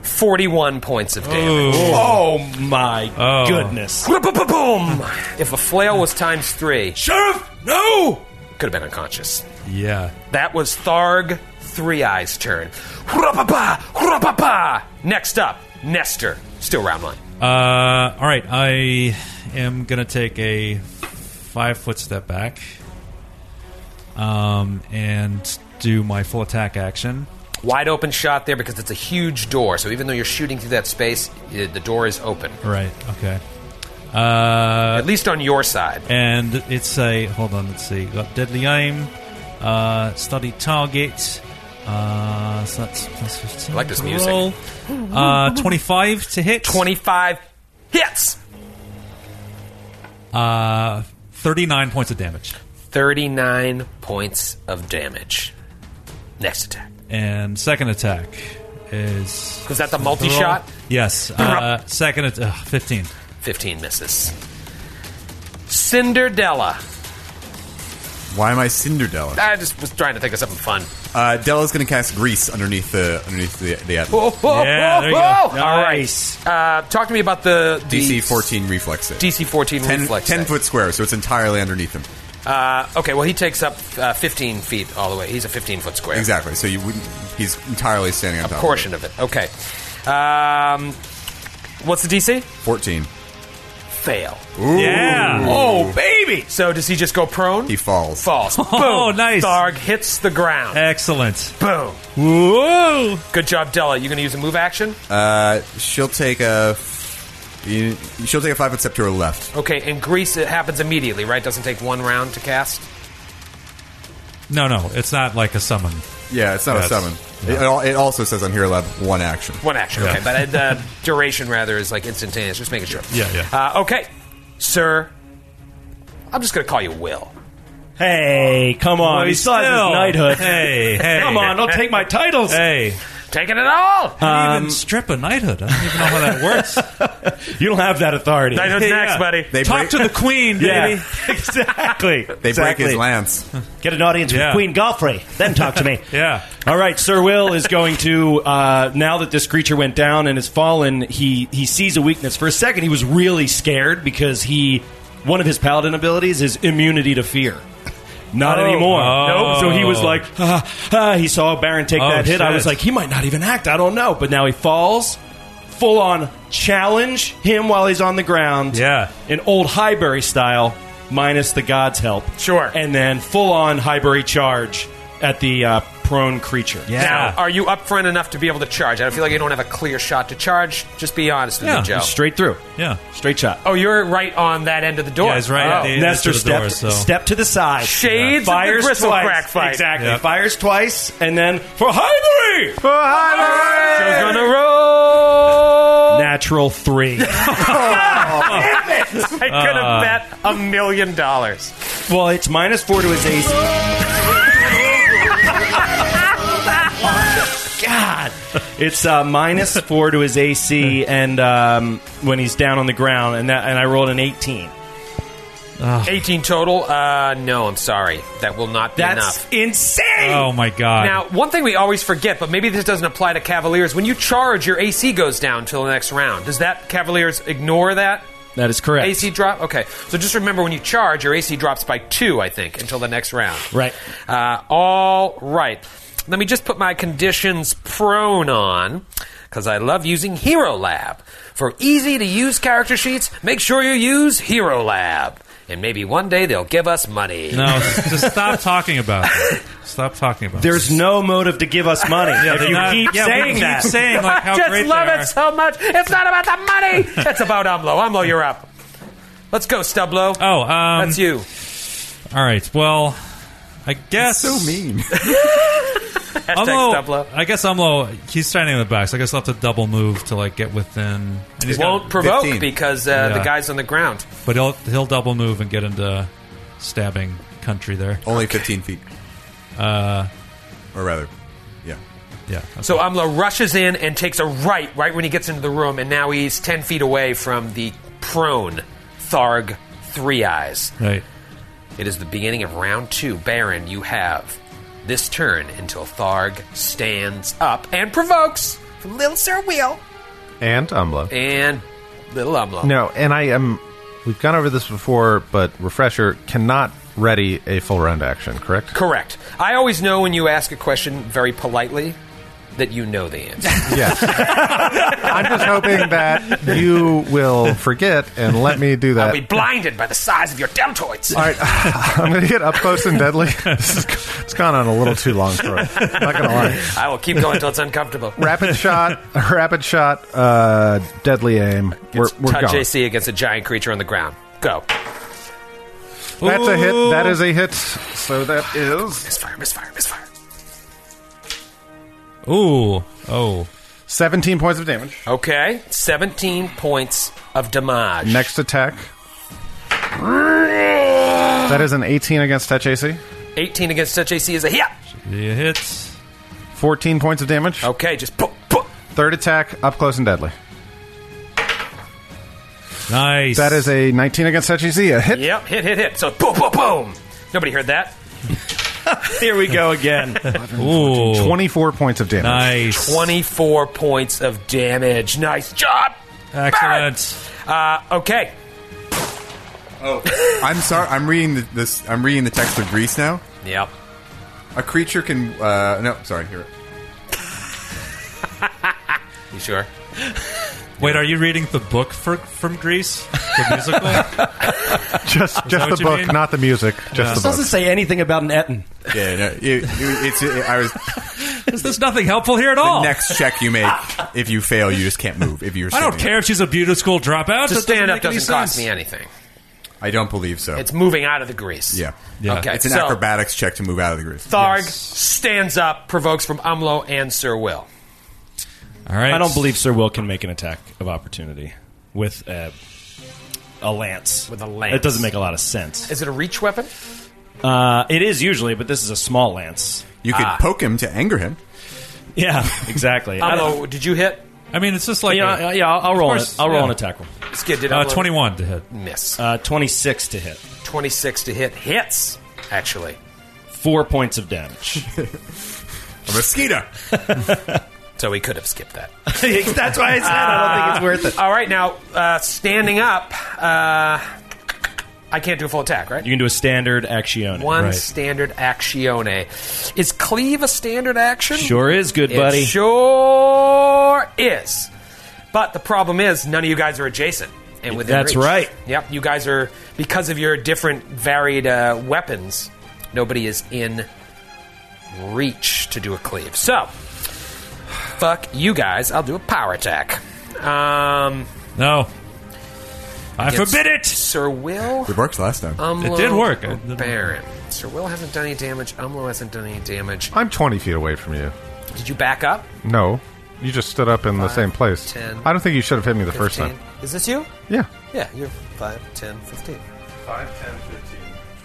[SPEAKER 2] forty-one points of damage.
[SPEAKER 8] Oh my goodness!
[SPEAKER 2] Boom! If a flail was times three,
[SPEAKER 4] Sheriff, no.
[SPEAKER 2] could have been unconscious.
[SPEAKER 4] Yeah.
[SPEAKER 2] That was Tharg Three Eyes' turn. Hurrapapa! Hurrapapa! Next up, Nestor. Still round one.
[SPEAKER 4] Uh, all right, I am gonna take a five foot step back, um, and do my full attack action.
[SPEAKER 2] Wide open shot there because it's a huge door. So even though you're shooting through that space, i- the door is open.
[SPEAKER 4] Right. Okay. Uh,
[SPEAKER 2] At least on your side.
[SPEAKER 4] and it's a hold on. Let's see. Got deadly aim, uh, study target. Uh, so that's plus fifteen.
[SPEAKER 2] I like this
[SPEAKER 4] to
[SPEAKER 2] music.
[SPEAKER 4] roll. Uh, twenty-five to hit.
[SPEAKER 2] 25 hits!
[SPEAKER 4] Uh, thirty-nine points of damage.
[SPEAKER 2] 39 points of damage. Next attack.
[SPEAKER 4] And second attack is
[SPEAKER 2] Was that the multi shot?
[SPEAKER 4] Yes. Uh, second, at, uh, 15.
[SPEAKER 2] 15 misses. Cinderella.
[SPEAKER 5] Why am I Cinderdella?
[SPEAKER 2] I just was trying to think of something fun.
[SPEAKER 5] Uh, Della's going to cast grease underneath the underneath the the atmosphere.
[SPEAKER 2] Oh, oh,
[SPEAKER 4] Yeah,
[SPEAKER 2] oh,
[SPEAKER 4] there you
[SPEAKER 2] oh.
[SPEAKER 4] go.
[SPEAKER 2] All
[SPEAKER 8] Nice.
[SPEAKER 2] right. Uh, talk to me about the, the
[SPEAKER 5] DC 14 reflex save.
[SPEAKER 2] DC 14
[SPEAKER 5] 10,
[SPEAKER 2] reflex.
[SPEAKER 5] 10
[SPEAKER 2] save.
[SPEAKER 5] foot square, so it's entirely underneath him.
[SPEAKER 2] Uh, okay, well, he takes up uh, 15 feet all the way. He's a 15 foot square.
[SPEAKER 5] Exactly. So you wouldn't. He's entirely standing on
[SPEAKER 2] A
[SPEAKER 5] top.
[SPEAKER 2] portion of it. Okay. Um, what's the DC?
[SPEAKER 5] Of it. 14.
[SPEAKER 2] Fail.
[SPEAKER 4] Yeah.
[SPEAKER 2] Oh, baby. So does he just go prone?
[SPEAKER 5] He falls.
[SPEAKER 2] falls. Boom.
[SPEAKER 4] Oh, nice.
[SPEAKER 2] Tharg hits the ground.
[SPEAKER 4] Excellent.
[SPEAKER 2] Boom.
[SPEAKER 4] Whoa.
[SPEAKER 2] Good job, Della. You going to use a move action?
[SPEAKER 5] Uh, she'll take a. you- She'll take a five foot step to her left.
[SPEAKER 2] Okay, in Greece, it happens immediately, right? Doesn't take one round to cast?
[SPEAKER 4] No, no, it's not like a summon.
[SPEAKER 5] Yeah, it's not
[SPEAKER 4] Yes.
[SPEAKER 5] a summon. It It, al- it also says on Hero Lab one action.
[SPEAKER 2] One action, okay. But uh, the duration, rather, is like instantaneous. Just making sure.
[SPEAKER 4] Yeah, yeah.
[SPEAKER 2] Uh, okay, sir. I'm just going to call you Will.
[SPEAKER 8] Hey, come on!
[SPEAKER 4] Boy,
[SPEAKER 8] he still has his
[SPEAKER 4] still.
[SPEAKER 8] knighthood.
[SPEAKER 4] Hey, hey.
[SPEAKER 8] come on! Don't take my titles.
[SPEAKER 4] Hey,
[SPEAKER 2] Taking it all!
[SPEAKER 4] I
[SPEAKER 2] Um,
[SPEAKER 4] even strip a knighthood. I don't even know how that works.
[SPEAKER 8] You don't have that authority.
[SPEAKER 2] Knighthood's
[SPEAKER 4] Yeah.
[SPEAKER 2] next, buddy.
[SPEAKER 5] They
[SPEAKER 4] Talk
[SPEAKER 5] break-
[SPEAKER 4] to the queen,
[SPEAKER 8] Yeah,
[SPEAKER 4] baby.
[SPEAKER 8] exactly.
[SPEAKER 5] They
[SPEAKER 8] exactly.
[SPEAKER 5] break his lance.
[SPEAKER 8] Get an audience
[SPEAKER 4] Yeah.
[SPEAKER 8] with Queen Godfrey. Then talk to me.
[SPEAKER 4] Yeah.
[SPEAKER 8] All right, Sir Will is going to uh, now that this creature went down and has fallen. He he sees a weakness. For a second, he was really scared because he one of his paladin abilities is immunity to fear. Not
[SPEAKER 2] Oh.
[SPEAKER 8] anymore.
[SPEAKER 4] Nope.
[SPEAKER 8] So he was like, ah, ah, he saw Baron take
[SPEAKER 4] Oh,
[SPEAKER 8] that hit. I
[SPEAKER 4] shit.
[SPEAKER 8] was like, he might not even act. I don't know. But now he falls. Full on challenge him while he's on the ground.
[SPEAKER 4] Yeah.
[SPEAKER 8] In old Highbury style, minus the god's help.
[SPEAKER 2] Sure.
[SPEAKER 8] And then full on Highbury charge at the uh, prone creature.
[SPEAKER 4] Yeah.
[SPEAKER 2] Now, are you upfront enough to be able to charge? I don't feel like you don't have a clear shot to charge. Just be honest with
[SPEAKER 4] Yeah,
[SPEAKER 2] me, Joe.
[SPEAKER 8] Straight through.
[SPEAKER 4] Yeah.
[SPEAKER 8] Straight shot.
[SPEAKER 2] Oh, you're right on that end of the door.
[SPEAKER 4] Yeah, he's right at
[SPEAKER 2] Oh.
[SPEAKER 4] the-
[SPEAKER 8] Nestor
[SPEAKER 4] to the door,
[SPEAKER 8] stepped
[SPEAKER 4] so-
[SPEAKER 8] step to the side.
[SPEAKER 2] Shades of the
[SPEAKER 8] fires
[SPEAKER 2] bristle
[SPEAKER 8] twice.
[SPEAKER 2] crack fight.
[SPEAKER 8] Exactly.
[SPEAKER 4] Yeah.
[SPEAKER 8] Fires twice and then for Highbury.
[SPEAKER 2] Joe's on a roll.
[SPEAKER 8] Natural three.
[SPEAKER 2] I could have
[SPEAKER 4] Uh.
[SPEAKER 2] bet a million dollars.
[SPEAKER 8] well, it's minus four to his AC. God, it's uh, minus four to his AC, and um, when he's down on the ground, and that, and I rolled an eighteen.
[SPEAKER 2] 18 total. Uh, no, I'm sorry. That will not be
[SPEAKER 8] That's
[SPEAKER 2] enough.
[SPEAKER 8] insane.
[SPEAKER 4] Oh my god.
[SPEAKER 2] Now, one thing we always forget, but maybe this doesn't apply to Cavaliers, when you charge, your AC goes down till the next round. Does that Cavaliers ignore that?
[SPEAKER 8] That is correct.
[SPEAKER 2] AC drop? Okay. So just remember when you charge, your AC drops by two, I think, until the next round.
[SPEAKER 8] Right.
[SPEAKER 2] Uh, all right. Let me just put my conditions prone on because I love using Hero Lab. For easy to use character sheets, make sure you use Hero Lab. And maybe one day they'll give us money.
[SPEAKER 4] no, just stop talking about it. Stop talking about
[SPEAKER 8] There's no motive to give us money if
[SPEAKER 4] it.
[SPEAKER 8] you
[SPEAKER 4] Not-
[SPEAKER 8] keep
[SPEAKER 4] yeah, we
[SPEAKER 8] saying
[SPEAKER 4] keep
[SPEAKER 8] that.
[SPEAKER 4] saying like how
[SPEAKER 2] I just
[SPEAKER 4] great they
[SPEAKER 2] love
[SPEAKER 4] are.
[SPEAKER 2] it so much. It's not about the money. it's about Umlo. Umlo, you're up. Let's go, Stublo.
[SPEAKER 4] Oh, um,
[SPEAKER 2] that's you.
[SPEAKER 4] All right. Well, I guess
[SPEAKER 5] So mean.
[SPEAKER 2] Hashtag Stublo.
[SPEAKER 4] I guess Umlo. He's standing in the back, so I guess I'll have to double move to like get within. And he's got-
[SPEAKER 2] Won't provoke
[SPEAKER 5] 15.
[SPEAKER 2] because uh,
[SPEAKER 4] Yeah.
[SPEAKER 2] the guy's on the ground.
[SPEAKER 4] but he'll he'll double move and get into stabbing country there.
[SPEAKER 5] Only 15 feet. Uh, or rather, yeah.
[SPEAKER 4] Yeah. that's
[SPEAKER 2] So
[SPEAKER 4] it.
[SPEAKER 2] Amla rushes in and takes a right, right when he gets into the room, and now he's 10 feet away from the prone Tharg Three Eyes.
[SPEAKER 4] right.
[SPEAKER 2] It is the beginning of round two. Baron, you have this turn until Tharg stands up and provokes from Little Sir Wheel
[SPEAKER 6] And Umlo.
[SPEAKER 2] and Little Umlo.
[SPEAKER 6] No, and I am. We've gone over this before, but refresher cannot ready a full round action, correct?
[SPEAKER 2] Correct. I always know when you ask a question very politely that you know the answer.
[SPEAKER 6] Yes. I'm just hoping that you will forget and let me do
[SPEAKER 2] I'll
[SPEAKER 6] that.
[SPEAKER 2] be blinded by the size of your deltoids.
[SPEAKER 6] All right, I'm going to get up close and deadly. This is, it's gone on a little too long for me. Not going to lie.
[SPEAKER 2] I will keep going until it's uncomfortable.
[SPEAKER 6] Rapid shot, rapid shot, uh, deadly aim. We're, we're
[SPEAKER 2] Touch
[SPEAKER 6] gone.
[SPEAKER 2] AC against a giant creature on the ground. Go.
[SPEAKER 6] That's a hit. That is a hit. So that is
[SPEAKER 2] Misfire, misfire, misfire.
[SPEAKER 4] Ooh. Oh.
[SPEAKER 6] 17 points of damage.
[SPEAKER 2] Okay, 17 points of damage.
[SPEAKER 6] Next attack. That is an 18 against touch AC.
[SPEAKER 2] 18 against touch AC is a hit.
[SPEAKER 4] You hit.
[SPEAKER 6] 14 points of damage.
[SPEAKER 2] Okay, just poof, poof.
[SPEAKER 6] Third attack, up close and deadly.
[SPEAKER 4] Nice.
[SPEAKER 6] That is a 19 against touch AC. A hit.
[SPEAKER 2] Yep, hit, hit, hit. So boom, boom, boom. Nobody heard that.
[SPEAKER 8] Here we go again.
[SPEAKER 4] Ooh.
[SPEAKER 6] 24 points of damage.
[SPEAKER 4] Nice.
[SPEAKER 2] 24 points of damage. Nice job.
[SPEAKER 4] Excellent.
[SPEAKER 2] Uh, okay,
[SPEAKER 5] I'm sorry. I'm reading the, this. I'm reading the text of Greece now.
[SPEAKER 2] yep.
[SPEAKER 5] A creature can. Uh, no, sorry. Here.
[SPEAKER 2] You sure?
[SPEAKER 4] Wait, are you reading the book for, from Greece? The musical?
[SPEAKER 6] Just just the
[SPEAKER 4] what you
[SPEAKER 6] book,
[SPEAKER 4] mean?
[SPEAKER 6] not the music. Just
[SPEAKER 8] This
[SPEAKER 6] the
[SPEAKER 8] doesn't
[SPEAKER 6] book.
[SPEAKER 8] say anything about an Etten.
[SPEAKER 5] Yeah. No, it, it- it's. I was.
[SPEAKER 4] There's nothing helpful here at all.
[SPEAKER 5] The next check you make, if you fail, you just can't move. If you're.
[SPEAKER 4] Oh. I don't
[SPEAKER 5] standing.
[SPEAKER 4] care if she's a beauty school dropout.
[SPEAKER 2] To
[SPEAKER 4] That
[SPEAKER 2] stand up
[SPEAKER 4] make any
[SPEAKER 2] doesn't cost
[SPEAKER 4] sense.
[SPEAKER 2] me anything.
[SPEAKER 5] I don't believe so.
[SPEAKER 2] It's moving out of the grease.
[SPEAKER 5] yeah.
[SPEAKER 4] Yeah.
[SPEAKER 2] Okay,
[SPEAKER 5] It's an
[SPEAKER 2] so
[SPEAKER 5] acrobatics check to move out of the Greece.
[SPEAKER 2] Tharg
[SPEAKER 4] Yes.
[SPEAKER 2] stands up, provokes from Umlo and Sir Will.
[SPEAKER 4] All right.
[SPEAKER 8] I don't believe Sir Will can make an attack of opportunity with a, a lance.
[SPEAKER 2] With a lance.
[SPEAKER 8] It doesn't make a lot of sense.
[SPEAKER 2] Is it a reach weapon?
[SPEAKER 8] Uh, it is usually, but this is a small lance.
[SPEAKER 5] You could poke him to anger him.
[SPEAKER 8] Yeah, exactly. I don't-
[SPEAKER 2] Umlo, did you hit?
[SPEAKER 4] I mean, it's just like
[SPEAKER 8] you know,
[SPEAKER 4] a-
[SPEAKER 8] yeah, I'll, I'll roll
[SPEAKER 4] course,
[SPEAKER 8] it. I'll roll
[SPEAKER 4] yeah.
[SPEAKER 8] an attack roll.
[SPEAKER 2] Skid, did
[SPEAKER 4] uh,
[SPEAKER 2] Umlo-
[SPEAKER 4] 21 to hit.
[SPEAKER 2] Miss.
[SPEAKER 8] Uh, Twenty-six to hit.
[SPEAKER 2] 26 to hit. Hits, actually.
[SPEAKER 8] Four points of damage.
[SPEAKER 5] A mosquito.
[SPEAKER 2] So we could have skipped that.
[SPEAKER 8] That's why I said I don't think it's worth it.
[SPEAKER 2] All right, now, uh, standing up, uh, I can't do a full attack, right?
[SPEAKER 8] You can do a standard action.
[SPEAKER 2] One
[SPEAKER 4] right.
[SPEAKER 2] standard actione. Is cleave a standard action?
[SPEAKER 8] Sure is good,
[SPEAKER 2] It
[SPEAKER 8] buddy.
[SPEAKER 2] sure is. But the problem is, none of you guys are adjacent. And within
[SPEAKER 8] That's
[SPEAKER 2] reach.
[SPEAKER 8] right.
[SPEAKER 2] Yep, you guys are, because of your different varied uh, weapons, nobody is in reach to do a cleave. So, fuck you guys. I'll do a power attack. Um,
[SPEAKER 4] No. I
[SPEAKER 2] against
[SPEAKER 4] forbid it!
[SPEAKER 2] Sir Will.
[SPEAKER 5] It worked last time.
[SPEAKER 2] Umlo,
[SPEAKER 4] It did work.
[SPEAKER 2] or
[SPEAKER 4] It did work.
[SPEAKER 2] Baron. Sir Will hasn't done any damage. Umlo hasn't done any damage.
[SPEAKER 6] I'm 20 feet away from you.
[SPEAKER 2] Did you back up?
[SPEAKER 6] No, you just stood up in the
[SPEAKER 2] Five,
[SPEAKER 6] same place.
[SPEAKER 2] 10,
[SPEAKER 6] I don't think you should have hit me the first
[SPEAKER 2] 15.
[SPEAKER 6] time.
[SPEAKER 2] Is this you?
[SPEAKER 6] Yeah.
[SPEAKER 2] Yeah, you're 5, 10, 15.
[SPEAKER 6] 5, 10, 15,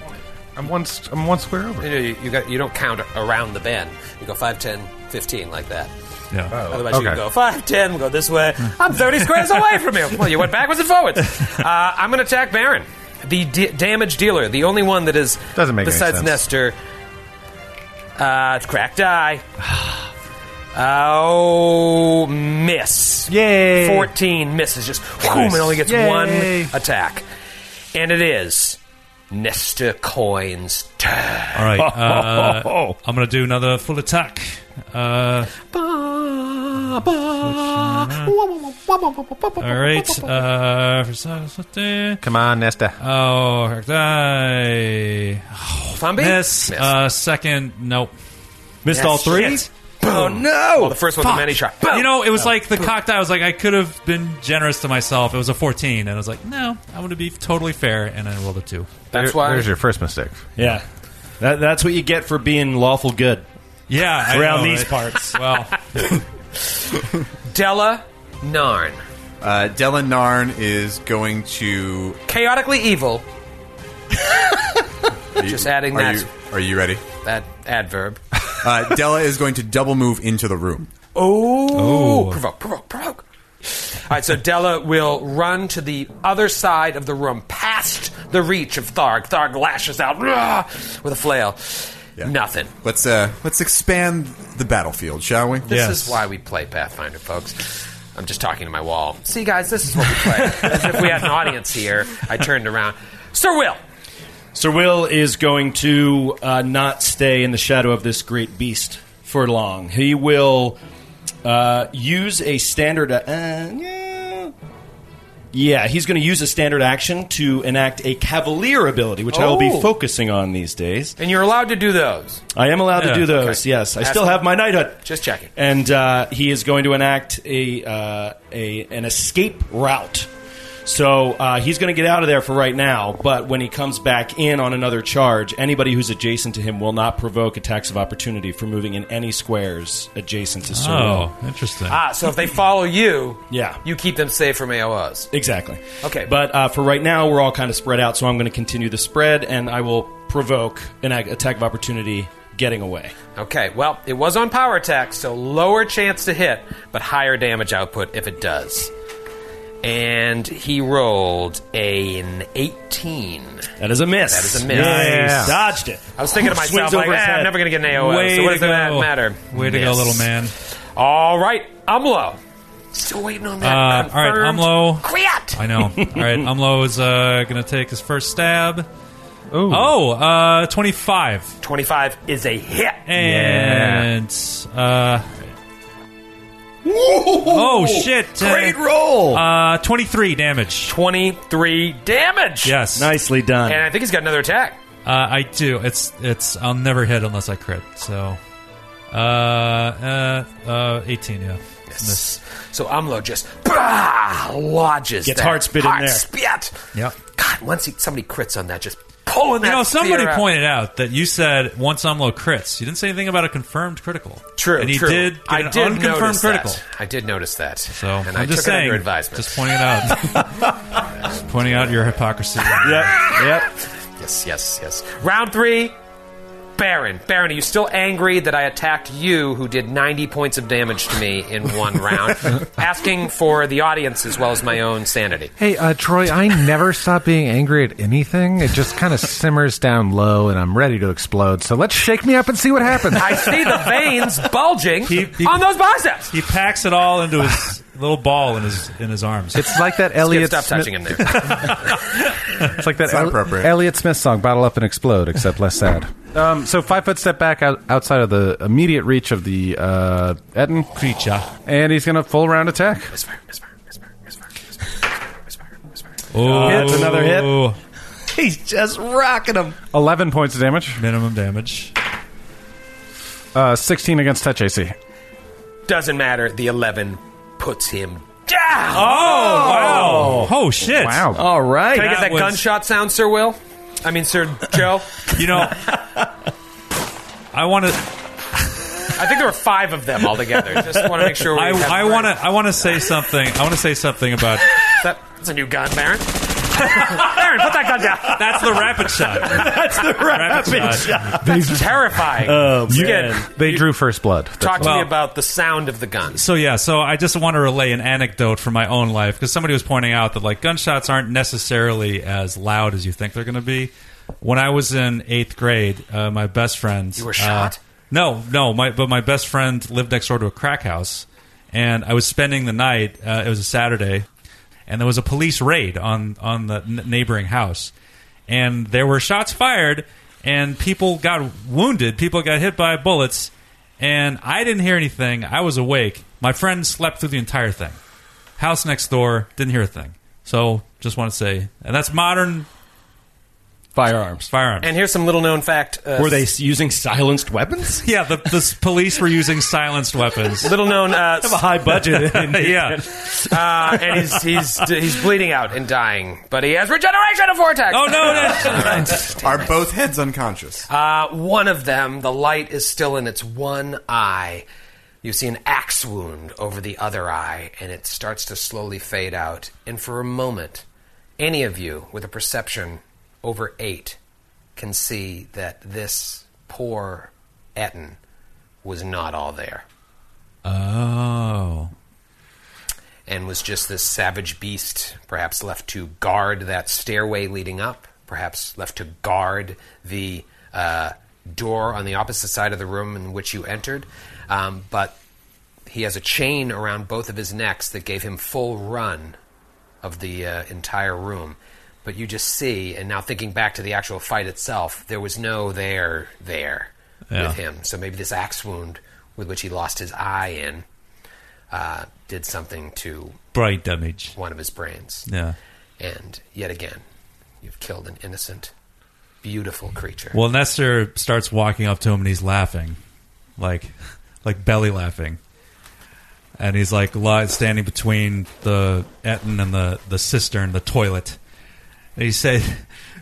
[SPEAKER 6] 20. I'm one, st- I'm one square
[SPEAKER 2] You,
[SPEAKER 6] over.
[SPEAKER 2] know, you, you, got, you don't count around the bend. You go 5, 10, 15 like that.
[SPEAKER 4] Yeah.
[SPEAKER 2] Otherwise, you
[SPEAKER 6] Oh, okay.
[SPEAKER 2] can go 5, 10, we'll go this way. I'm 30 squares away from you. Well, you went backwards and forwards. Uh, I'm going to attack Baron, the d- damage dealer, the only one that is,
[SPEAKER 6] Doesn't make any
[SPEAKER 2] besides
[SPEAKER 6] sense.
[SPEAKER 2] Nestor, uh, cracked eye. Oh, miss.
[SPEAKER 6] Yay.
[SPEAKER 2] 14 misses. Just whoom, it only gets
[SPEAKER 6] Yay.
[SPEAKER 2] one attack. And it is Nestor Coin's turn.
[SPEAKER 4] All right. Uh, I'm going to do another full attack. Uh, all right. Uh, for Saturday.
[SPEAKER 6] Come on, Nesta.
[SPEAKER 4] Oh, heck, die.
[SPEAKER 2] Fumby?
[SPEAKER 4] Miss. Uh, second. Nope.
[SPEAKER 8] Missed
[SPEAKER 2] Yes.
[SPEAKER 8] all three.
[SPEAKER 2] Shit.
[SPEAKER 8] Oh no!
[SPEAKER 2] Well, the first one's a many shot. Boom.
[SPEAKER 4] You know, it was like the cocked eye. I was like, I could have been generous to myself. It was a 14, and I was like, no, I want to be totally fair, and I rolled a two.
[SPEAKER 2] that's
[SPEAKER 6] There-
[SPEAKER 2] why.
[SPEAKER 6] There's your first mistake.
[SPEAKER 8] Yeah, that, that's what you get for being lawful good.
[SPEAKER 4] Yeah, I
[SPEAKER 8] Around
[SPEAKER 4] know,
[SPEAKER 8] these
[SPEAKER 4] right?
[SPEAKER 8] parts.
[SPEAKER 4] Well,
[SPEAKER 2] Della Narn.
[SPEAKER 5] Uh, Della Narn is going to.
[SPEAKER 2] Chaotically evil.
[SPEAKER 5] are you-
[SPEAKER 2] Just adding
[SPEAKER 5] are
[SPEAKER 2] that.
[SPEAKER 5] You, are you ready?
[SPEAKER 2] That adverb.
[SPEAKER 5] Uh, Della is going to double move into the room.
[SPEAKER 2] Oh, provoke, provoke, provoke. All right, so Della will run to the other side of the room, past the reach of Tharg. Tharg lashes out rah, with a flail.
[SPEAKER 5] Yeah.
[SPEAKER 2] Nothing.
[SPEAKER 5] Let's uh, let's expand the battlefield, shall we?
[SPEAKER 2] This
[SPEAKER 4] Yes.
[SPEAKER 2] is why we play Pathfinder, folks. I'm just talking to my wall. See, guys, this is what we play. As if we had an audience here, I turned around. Sir Will,
[SPEAKER 8] Sir Will is going to uh, not stay in the shadow of this great beast for long. He will uh, use a standard. Uh, yeah. yeah, he's going to use a standard action to enact a cavalier ability, which I will
[SPEAKER 2] Oh.
[SPEAKER 8] be focusing on these days.
[SPEAKER 2] and you're allowed to do those.
[SPEAKER 8] I am allowed
[SPEAKER 4] Yeah,
[SPEAKER 8] to do those. Yes, I
[SPEAKER 2] Ask
[SPEAKER 8] still
[SPEAKER 2] him.
[SPEAKER 8] have my knighthood.
[SPEAKER 2] Just checking.
[SPEAKER 8] And uh, he is going to enact a, uh, a an escape route. So uh, he's going to get out of there for right now. But when he comes back in on another charge, anybody who's adjacent to him will not provoke attacks of opportunity for moving in any squares adjacent to Sir. Will.
[SPEAKER 4] oh, interesting.
[SPEAKER 2] Ah, so if they follow you,
[SPEAKER 8] Yeah.
[SPEAKER 2] you keep them safe from AOs.
[SPEAKER 8] Exactly.
[SPEAKER 2] Okay.
[SPEAKER 8] But uh, for right now, we're all kind of spread out. So I'm going to continue the spread, and I will provoke an a- attack of opportunity getting away.
[SPEAKER 2] Okay, well, it was on power attack, so lower chance to hit, but higher damage output if it does. And he rolled an 18.
[SPEAKER 8] That is a miss.
[SPEAKER 2] That is a miss.
[SPEAKER 8] Nice. Dodged it.
[SPEAKER 2] I was thinking
[SPEAKER 4] Oh,
[SPEAKER 2] to
[SPEAKER 8] Swings
[SPEAKER 2] myself, like,
[SPEAKER 8] over his
[SPEAKER 2] "Ah, I'm
[SPEAKER 8] head."
[SPEAKER 2] never going to get an AOL, so what does
[SPEAKER 4] to
[SPEAKER 2] that
[SPEAKER 4] go.
[SPEAKER 2] matter?
[SPEAKER 4] Way to go,
[SPEAKER 2] Miss.
[SPEAKER 4] little man.
[SPEAKER 2] All right, Umlo. Still waiting on that.
[SPEAKER 4] Uh, all right,
[SPEAKER 2] confirmed
[SPEAKER 4] Umlo.
[SPEAKER 2] Crit!
[SPEAKER 4] I know. All right, Umlo is uh, going to take his first stab. Oh, uh, 25.
[SPEAKER 2] 25 is a hit.
[SPEAKER 4] And. Uh, oh, shit.
[SPEAKER 8] Great
[SPEAKER 4] Uh,
[SPEAKER 8] roll.
[SPEAKER 4] Uh, 23 damage.
[SPEAKER 2] 23 damage.
[SPEAKER 4] Yes.
[SPEAKER 8] Nicely done.
[SPEAKER 2] And I think he's got another attack.
[SPEAKER 4] Uh, I do. It's it's. I'll never hit unless I crit. So, uh, uh, uh 18. Yeah. Miss.
[SPEAKER 2] So Umlo just bah, lodges.
[SPEAKER 8] Gets
[SPEAKER 2] that
[SPEAKER 8] hard spit in
[SPEAKER 2] hard
[SPEAKER 8] there.
[SPEAKER 2] Spit.
[SPEAKER 4] Yep.
[SPEAKER 2] God, once he, somebody crits on that, just pulling that.
[SPEAKER 4] You know, somebody
[SPEAKER 2] spear out.
[SPEAKER 4] pointed out that you said once Umlo crits, you didn't say anything about a confirmed critical.
[SPEAKER 2] True.
[SPEAKER 4] And he
[SPEAKER 2] true.
[SPEAKER 4] did get
[SPEAKER 2] I
[SPEAKER 4] an
[SPEAKER 2] did
[SPEAKER 4] unconfirmed
[SPEAKER 2] notice
[SPEAKER 4] critical.
[SPEAKER 2] That. I did notice that.
[SPEAKER 4] So
[SPEAKER 2] and
[SPEAKER 4] I'm
[SPEAKER 2] I took
[SPEAKER 4] just
[SPEAKER 2] it
[SPEAKER 4] saying,
[SPEAKER 2] under advisement.
[SPEAKER 4] just pointing it out, Just pointing out your hypocrisy.
[SPEAKER 8] Yep. Yep.
[SPEAKER 2] Yes, yes, yes. Round three. Baron, Baron, are you still angry that I attacked you, who did 90 points of damage to me in one round? Asking for the audience as well as my own sanity.
[SPEAKER 6] Hey, uh, Troy, I never stop being angry at anything. It just kind of simmers down low, and I'm ready to explode. So let's shake me up and see what happens.
[SPEAKER 2] I see the veins bulging
[SPEAKER 4] He- he-
[SPEAKER 2] on those biceps.
[SPEAKER 4] He packs it all into his little ball in his in his arms.
[SPEAKER 6] It's like that
[SPEAKER 2] Skip,
[SPEAKER 6] Elliot.
[SPEAKER 2] stop
[SPEAKER 6] Smith,
[SPEAKER 2] touching him there.
[SPEAKER 6] It's like that
[SPEAKER 5] not
[SPEAKER 6] El-
[SPEAKER 5] appropriate.
[SPEAKER 6] Elliot Smith song, "Bottle Up and Explode," except less sad. Um, so five foot step back out, outside of the immediate reach of the uh, Etten,
[SPEAKER 4] creature.
[SPEAKER 6] and he's gonna full round attack.
[SPEAKER 2] Misfire, misfire, misfire, misfire, misfire, misfire, misfire.
[SPEAKER 4] Oh,
[SPEAKER 8] Hits, another hit. He's just rocking them.
[SPEAKER 6] Eleven points of damage.
[SPEAKER 4] Minimum damage.
[SPEAKER 6] Uh, 16 against touch AC.
[SPEAKER 2] Doesn't matter. The 11 puts him down.
[SPEAKER 4] Oh, wow. Oh, shit.
[SPEAKER 6] Wow.
[SPEAKER 7] All right.
[SPEAKER 2] Can I get
[SPEAKER 4] that
[SPEAKER 2] that
[SPEAKER 4] was-
[SPEAKER 2] gunshot sound, Sir Will? I mean, Sir Joe?
[SPEAKER 4] You know, I want to.
[SPEAKER 2] I think there were five of them altogether. Just want to make sure we
[SPEAKER 4] I,
[SPEAKER 2] have
[SPEAKER 4] I want to. I want to say something. I want to say something about.
[SPEAKER 2] That, that's a new gun, Baron. Baron, put that gun down.
[SPEAKER 4] That's the rapid shot. That's the rapid, shot.
[SPEAKER 2] That's terrifying.
[SPEAKER 6] You-
[SPEAKER 2] Again,
[SPEAKER 6] They drew first blood. That's
[SPEAKER 2] talk to
[SPEAKER 4] Uh, Well-
[SPEAKER 2] me about the sound of the guns.
[SPEAKER 4] So yeah, so I just want to relay an anecdote from my own life because somebody was pointing out that like gunshots aren't necessarily as loud as you think they're going to be. When I was in eighth grade, uh, my best friend
[SPEAKER 2] You were shot?
[SPEAKER 4] uh, no, no, my but my best friend lived next door to a crack house, and I was spending the night. Uh, it was a Saturday, and there was a police raid on on the n- neighboring house, and there were shots fired, and people got wounded. People got hit by bullets, and I didn't hear anything. I was awake. My friend slept through the entire thing. House next door didn't hear a thing. So just want to say, and that's modern
[SPEAKER 8] Firearms.
[SPEAKER 4] firearms.
[SPEAKER 2] And here's some little known fact. Uh,
[SPEAKER 8] Were they s- using silenced weapons?
[SPEAKER 4] yeah, the, the s- police were using silenced weapons.
[SPEAKER 2] Little known, uh, s-
[SPEAKER 8] High budget.
[SPEAKER 4] yeah.
[SPEAKER 2] uh, and he's, he's he's bleeding out and dying, but he has regeneration of vortex.
[SPEAKER 4] Oh no! that's-
[SPEAKER 5] Are both heads unconscious?
[SPEAKER 2] Uh, one of them, the light is still in its one eye. You see an axe wound over the other eye, and it starts to slowly fade out. And for a moment, any of you with a perception over eight can see that this poor Etten was not all there
[SPEAKER 4] Oh.
[SPEAKER 2] and was just this savage beast, perhaps left to guard that stairway leading up, perhaps left to guard the uh, door on the opposite side of the room in which you entered. Um, but he has a chain around both of his necks that gave him full run of the uh, entire room. But you just see, and now thinking back to the actual fight itself, there was no there there
[SPEAKER 4] Yeah.
[SPEAKER 2] with him. So maybe this axe wound with which he lost his eye in uh, did something to
[SPEAKER 4] Bright damage.
[SPEAKER 2] one of his brains.
[SPEAKER 4] Yeah.
[SPEAKER 2] And yet again, you've killed an innocent, beautiful creature.
[SPEAKER 4] Well, Nestor starts walking up to him and he's laughing, like, like belly laughing, and he's like li- standing between the Eton and the the cistern, the toilet. And he said,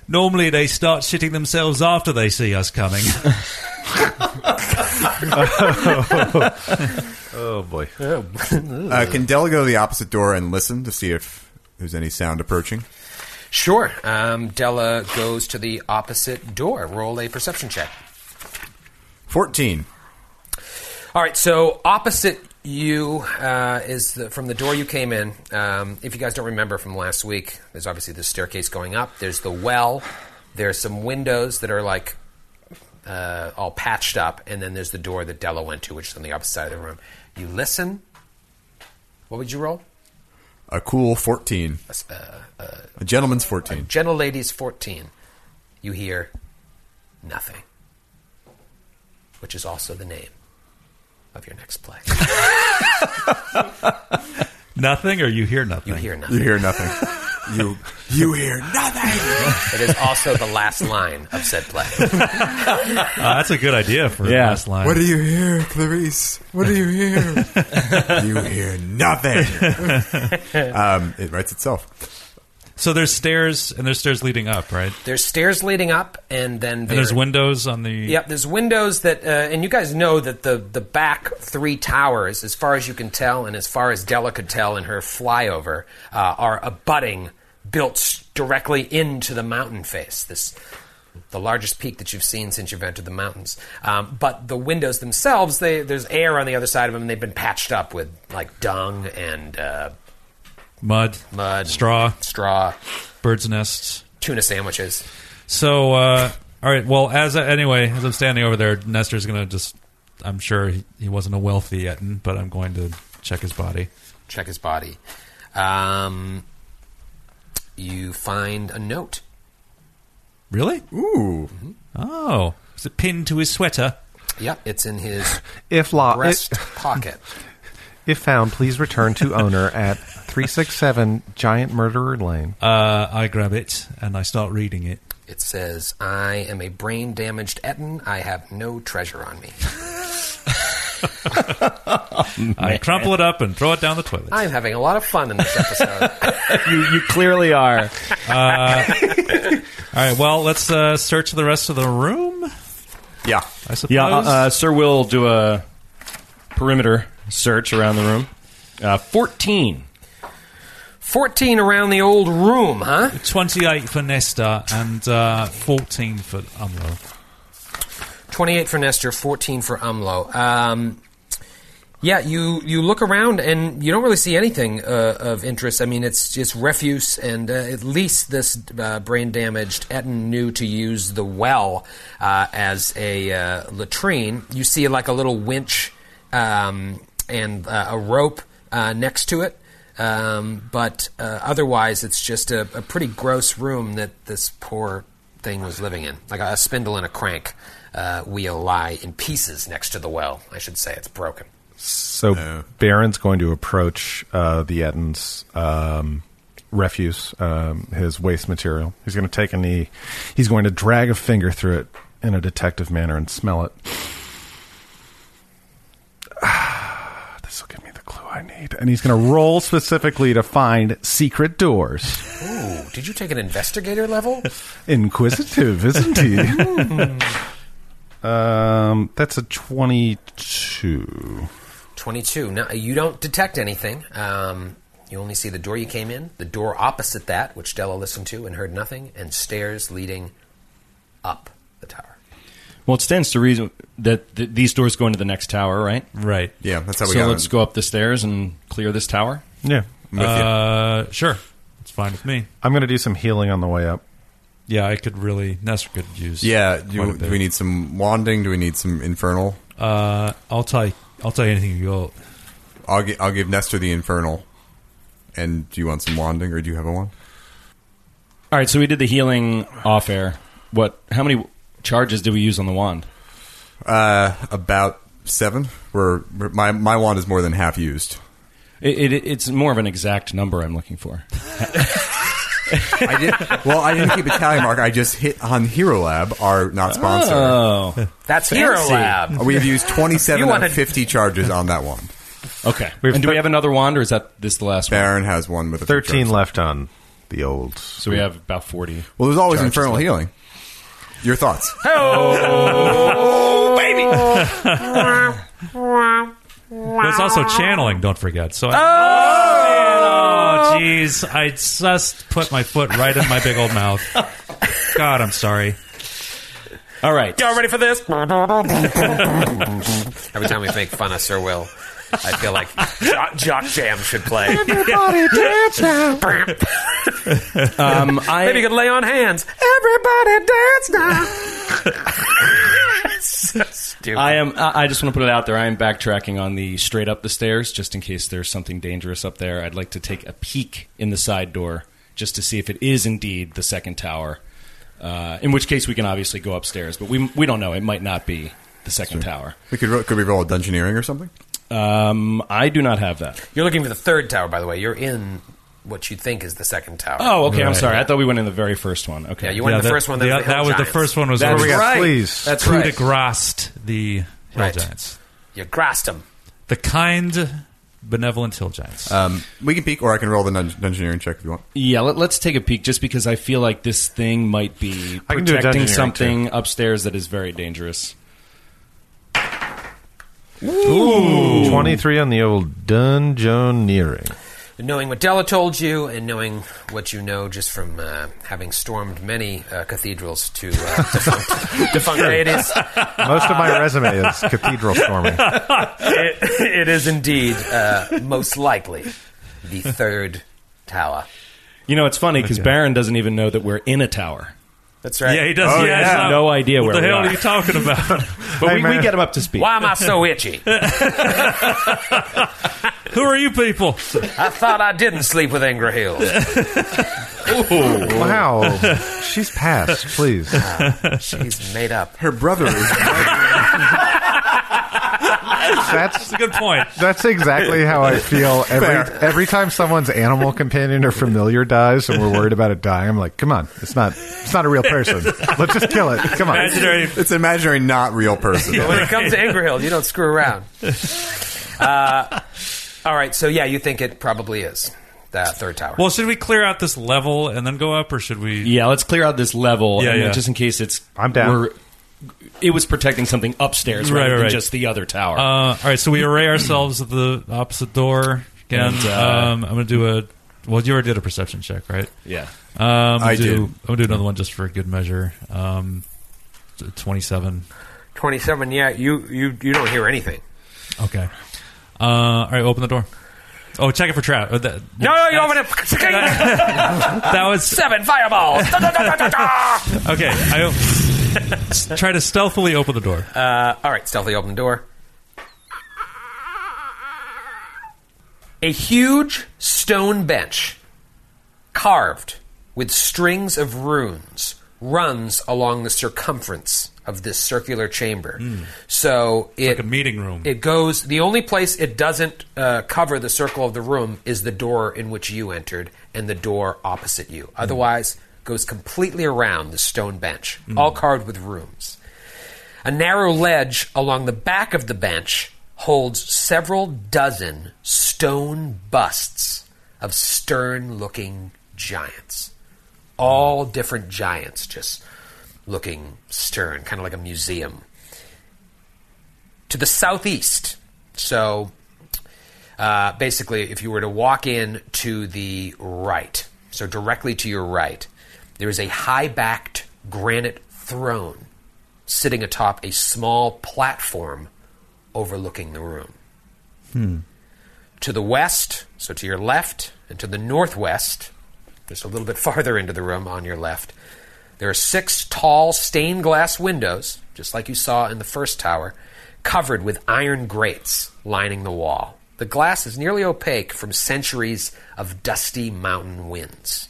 [SPEAKER 4] "Normally they start shitting themselves after they see us coming."
[SPEAKER 6] Oh, boy.
[SPEAKER 5] Uh, can Della go to the opposite door and listen to see if there's any sound approaching?
[SPEAKER 2] Sure. Um, Della goes to the opposite door. Roll a perception check.
[SPEAKER 5] 14.
[SPEAKER 2] All right. So opposite you uh, is the, from the door you came in. Um, if you guys don't remember from last week, there's obviously the staircase going up. There's the well. There's some windows that are like uh, all patched up, and then there's the door that Della went to, which is on the opposite side of the room. You listen. What would you roll?
[SPEAKER 5] A cool 14.
[SPEAKER 2] uh,
[SPEAKER 5] A gentleman's 14.
[SPEAKER 2] Gentle Ladies 14, you hear nothing, which is also the name of your next play.
[SPEAKER 4] nothing, or you hear
[SPEAKER 2] You
[SPEAKER 4] nothing.
[SPEAKER 2] hear nothing.
[SPEAKER 5] You hear nothing. you you hear nothing.
[SPEAKER 2] It is also the last line of said play.
[SPEAKER 4] Uh, that's a good idea for
[SPEAKER 8] Yeah.
[SPEAKER 4] last line.
[SPEAKER 5] What do you hear, Clarice? What do you hear? you hear nothing. um, it writes itself.
[SPEAKER 4] so there's stairs and there's stairs leading up, right?
[SPEAKER 2] There's stairs leading up, and then
[SPEAKER 4] And there's
[SPEAKER 2] there-
[SPEAKER 4] windows on the.
[SPEAKER 2] Yep, there's windows that, uh, and you guys know that the the back three towers, as far as you can tell, and as far as Della could tell in her flyover, uh, are abutting, built s- directly into the mountain face. This. The largest peak that you've seen since you've entered the mountains, um, but the windows themselves, they, there's air on the other side of them. and They've been patched up with like dung and uh,
[SPEAKER 4] Mud,
[SPEAKER 2] mud,
[SPEAKER 4] straw,
[SPEAKER 2] straw,
[SPEAKER 4] birds' nests.
[SPEAKER 2] tuna sandwiches.
[SPEAKER 4] So, uh, all right. Well, as I, anyway, as I'm standing over there, Nestor's gonna just. I'm sure he, he wasn't a wealthy Eton, but I'm going to check his body.
[SPEAKER 2] check his body. Um, you find a note.
[SPEAKER 4] Really?
[SPEAKER 5] Ooh.
[SPEAKER 4] Oh, is it pinned to his sweater?
[SPEAKER 2] Yep, it's in his
[SPEAKER 6] If law,
[SPEAKER 2] breast pocket.
[SPEAKER 6] if found, please return to owner at 367 Giant Murderer Lane.
[SPEAKER 4] Uh, I grab it and I start reading it.
[SPEAKER 2] It says, "I am a brain damaged Eton. I have no treasure on me."
[SPEAKER 4] I crumple it up and throw it down the toilet.
[SPEAKER 2] I'm having a lot of fun in this episode.
[SPEAKER 8] you, you clearly are.
[SPEAKER 4] All right, well, let's uh, search the rest of the room.
[SPEAKER 5] Yeah.
[SPEAKER 4] I suppose.
[SPEAKER 8] Yeah, uh, uh, Sir Will do a perimeter search around the room. Uh, 14.
[SPEAKER 2] 14 around the old room, huh?
[SPEAKER 4] 28 for Nesta and uh, 14 for Umlo.
[SPEAKER 2] 28 for Nestor, 14 for Umlo. Um, yeah, you, you look around and you don't really see anything uh, of interest. I mean, it's just refuse and uh, at least this uh, brain damaged Etten knew to use the well uh, as a uh, latrine. You see like a little winch um, and uh, a rope uh, next to it. Um, but uh, otherwise, it's just a, a pretty gross room that this poor thing was living in. Like a, a spindle and a crank uh, wheel lie in pieces next to the well. I should say it's broken.
[SPEAKER 6] So Baron's going to approach uh, the Etten's um, refuse, um, his waste material. He's going to take a knee. He's going to drag a finger through it in a detective manner and smell it. Ah, this will give me the clue I need. And he's going to roll specifically to find secret doors.
[SPEAKER 2] Ooh, did you take an investigator level?
[SPEAKER 6] Inquisitive, isn't he? um, that's a twenty-two.
[SPEAKER 2] 22. Now, you don't detect anything. Um, you only see the door you came in, the door opposite that, which Della listened to and heard nothing, and stairs leading up the tower.
[SPEAKER 8] Well, it stands to reason that th- these doors go into the next tower, right?
[SPEAKER 4] Right.
[SPEAKER 5] Yeah, that's how we
[SPEAKER 8] so
[SPEAKER 5] got
[SPEAKER 8] let's
[SPEAKER 5] him.
[SPEAKER 8] go up the stairs and clear this tower.
[SPEAKER 6] Yeah.
[SPEAKER 5] I'm with you.
[SPEAKER 4] Uh, sure. It's fine with me.
[SPEAKER 6] I'm going to do some healing on the way up.
[SPEAKER 4] Yeah, I could really. Nesta could use.
[SPEAKER 5] Yeah,
[SPEAKER 4] quite a
[SPEAKER 5] do,
[SPEAKER 4] bit.
[SPEAKER 5] do we need some wanding? Do we need some infernal?
[SPEAKER 4] Uh, I'll take. I'll take anything you got.
[SPEAKER 5] I'll, gi- I'll give Nestor the infernal. And do you want some wanding, or do you have a wand?
[SPEAKER 8] All right, so we did the healing off air. What? How many charges did we use on the wand?
[SPEAKER 5] Uh, about seven. We're, we're- my my wand is more than half used.
[SPEAKER 8] It, it, it's more of an exact number I'm looking for.
[SPEAKER 5] I did, well, I didn't keep a tally mark. I just hit on Hero Lab, our not sponsor.
[SPEAKER 8] Oh,
[SPEAKER 2] That's Hero
[SPEAKER 8] Fancy.
[SPEAKER 2] Lab.
[SPEAKER 5] We have used 27
[SPEAKER 2] You
[SPEAKER 5] out
[SPEAKER 2] wanna-
[SPEAKER 5] of 50 charges on that one.
[SPEAKER 8] okay. And do we have another wand, or is that this the last one?
[SPEAKER 5] Baron has one with a few
[SPEAKER 6] 13
[SPEAKER 5] charges.
[SPEAKER 6] left on the old.
[SPEAKER 8] So we have about forty.
[SPEAKER 5] Well, there's always infernal healing. Your thoughts?
[SPEAKER 4] But it's also channeling. Don't forget. So. I, oh, jeez! I just put my foot right in my big old mouth. God, I'm sorry.
[SPEAKER 8] All right.
[SPEAKER 2] Y'all ready for this? Every time we make fun of Sir Will, I feel like Jock, jock Jam should play. Everybody dance now.
[SPEAKER 8] Um, I,
[SPEAKER 2] Maybe you could lay on hands. Everybody dance now. so stupid.
[SPEAKER 8] I am. I I just want to put it out there. I am backtracking on the straight up the stairs, just in case there's something dangerous up there. I'd like to take a peek in the side door, just to see if it is indeed the second tower. Uh, in which case, we can obviously go upstairs, but we we don't know. It might not be the second tower.
[SPEAKER 5] We could ro- could we roll a dungeoneering or something?
[SPEAKER 8] Um, I do not have that.
[SPEAKER 2] You're looking for the third tower, by the way. You're in what you think is the second tower.
[SPEAKER 8] Oh, okay. I'm
[SPEAKER 4] Right.
[SPEAKER 8] sorry. I thought we went in the very first one. Okay.
[SPEAKER 2] Yeah, you went in the first one. That,
[SPEAKER 4] the-
[SPEAKER 2] was the,
[SPEAKER 4] that
[SPEAKER 2] Hill
[SPEAKER 4] was the
[SPEAKER 2] Giants.
[SPEAKER 4] first one. Was
[SPEAKER 8] That's
[SPEAKER 4] where we
[SPEAKER 8] right.
[SPEAKER 6] Please.
[SPEAKER 2] That's
[SPEAKER 4] coup de
[SPEAKER 2] right.
[SPEAKER 4] graced the hill
[SPEAKER 2] Right.
[SPEAKER 4] giants,
[SPEAKER 2] You grassed him.
[SPEAKER 4] the kind, benevolent hill giants.
[SPEAKER 5] Um, we can peek, or I can roll the dun- dungeoneering check if you want.
[SPEAKER 8] Yeah, let, let's take a peek just because I feel like this thing might be
[SPEAKER 6] I can do a
[SPEAKER 8] protecting
[SPEAKER 6] dungeoneering,
[SPEAKER 8] something upstairs that is very dangerous.
[SPEAKER 6] 23 on the old dungeoneering.
[SPEAKER 2] Knowing what Della told you, and knowing what you know just from uh, having stormed many uh, cathedrals to uh, defunct, defunct deities,
[SPEAKER 6] Most of my resume is cathedral storming.
[SPEAKER 2] it, it is indeed uh, most likely the third tower.
[SPEAKER 8] You know, it's funny because Baron doesn't even know that we're in a tower.
[SPEAKER 2] That's right.
[SPEAKER 4] yeah, he does.
[SPEAKER 8] Oh, yeah.
[SPEAKER 4] yeah, it's not-
[SPEAKER 8] No idea
[SPEAKER 4] what
[SPEAKER 8] where we
[SPEAKER 4] the hell
[SPEAKER 8] are.
[SPEAKER 4] are you talking about.
[SPEAKER 8] But we, we
[SPEAKER 6] man.
[SPEAKER 8] get him up to speed.
[SPEAKER 2] Why am I so itchy?
[SPEAKER 4] Who are you people?
[SPEAKER 2] I thought I didn't sleep with Ingra Hills.
[SPEAKER 6] Wow. She's passed, please.
[SPEAKER 2] She's made up.
[SPEAKER 5] Her brother is
[SPEAKER 6] That's
[SPEAKER 4] That's a good point.
[SPEAKER 6] that's exactly how I feel every every time someone's animal companion or familiar dies and we're worried about it dying. I'm like, come on, it's not it's not a real person. Let's just kill it. Come on.
[SPEAKER 4] Imaginary
[SPEAKER 5] It's an imaginary, not real person.
[SPEAKER 2] When it comes to Angry Hill, you don't screw around. Uh, all right, so yeah, you think it probably is the third tower.
[SPEAKER 4] Well, should we clear out this level and then go up, or should we?
[SPEAKER 8] Yeah, let's clear out this level,
[SPEAKER 4] Yeah,
[SPEAKER 8] and then
[SPEAKER 4] yeah.
[SPEAKER 8] just in case it's
[SPEAKER 6] I'm down.
[SPEAKER 8] it was protecting something upstairs rather
[SPEAKER 4] Right, right,
[SPEAKER 8] than
[SPEAKER 4] right.
[SPEAKER 8] just the other tower.
[SPEAKER 4] Uh, all right, so we array ourselves at the opposite door again.
[SPEAKER 8] And, uh,
[SPEAKER 4] um, I'm gonna do a. Well, you already did a perception check, right?
[SPEAKER 8] yeah,
[SPEAKER 4] Um,
[SPEAKER 5] I
[SPEAKER 4] do,
[SPEAKER 5] did.
[SPEAKER 4] I'm gonna do another one just for good measure. Um, t- 27.
[SPEAKER 2] Twenty-seven. Yeah, you you you don't hear anything.
[SPEAKER 4] Okay. Uh, all right, open the door. Oh, check it for trap. Uh, that,
[SPEAKER 2] No, no, you open it.
[SPEAKER 4] that was
[SPEAKER 2] Seven fireballs. Da, da, da, da, da, da.
[SPEAKER 4] okay. I o- s- try to stealthily open the door.
[SPEAKER 2] Uh, all right, stealthily open the door. A huge stone bench, carved with strings of runes, runs along the circumference of this circular chamber. So it
[SPEAKER 4] Hmm. like a meeting room.
[SPEAKER 2] It goes. The only place it doesn't uh, cover the circle of the room is the door in which you entered and the door opposite you.
[SPEAKER 4] Hmm.
[SPEAKER 2] Otherwise, goes completely around the stone bench,
[SPEAKER 4] Hmm.
[SPEAKER 2] all carved with runes. A narrow ledge along the back of the bench holds several dozen stone busts of stern-looking giants, all different giants, just looking stern, kind of like a museum to the southeast. So uh, basically, if you were to walk in to the right, so directly to your right, there is a high backed granite throne sitting atop a small platform overlooking the room. To the west, so to your left, and to the northwest, just a little bit farther into the room on your left, there are six tall stained glass windows, just like you saw in the first tower, covered with iron grates lining the wall. The glass is nearly opaque from centuries of dusty mountain winds.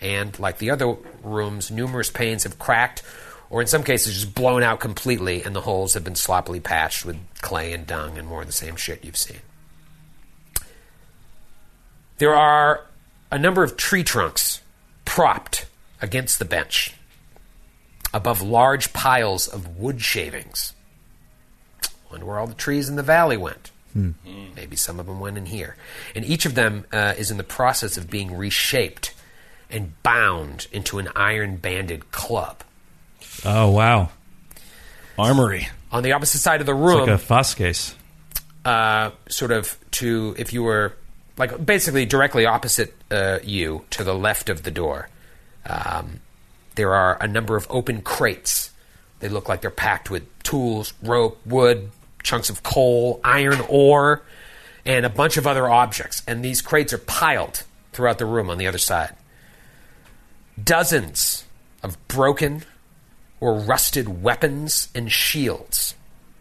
[SPEAKER 2] And like the other rooms, numerous panes have cracked or in some cases just blown out completely, and the holes have been sloppily patched with clay and dung and more of the same shit you've seen. There are a number of tree trunks propped against the bench above large piles of wood shavings. Wonder where all the trees in the valley went.
[SPEAKER 4] Hmm.
[SPEAKER 2] Maybe some of them went in here. And each of them uh, is in the process of being reshaped and bound into an iron banded club.
[SPEAKER 4] oh wow,
[SPEAKER 8] armory.
[SPEAKER 2] On the opposite side of the
[SPEAKER 4] it's
[SPEAKER 2] room,
[SPEAKER 4] like a Foss case.
[SPEAKER 2] uh, sort of to if you were like basically directly opposite uh, you to the left of the door. Um, there are a number of open crates. They look like they're packed with tools, rope, wood, chunks of coal, iron ore, and a bunch of other objects. And these crates are piled throughout the room on the other side. Dozens of broken or rusted weapons and shields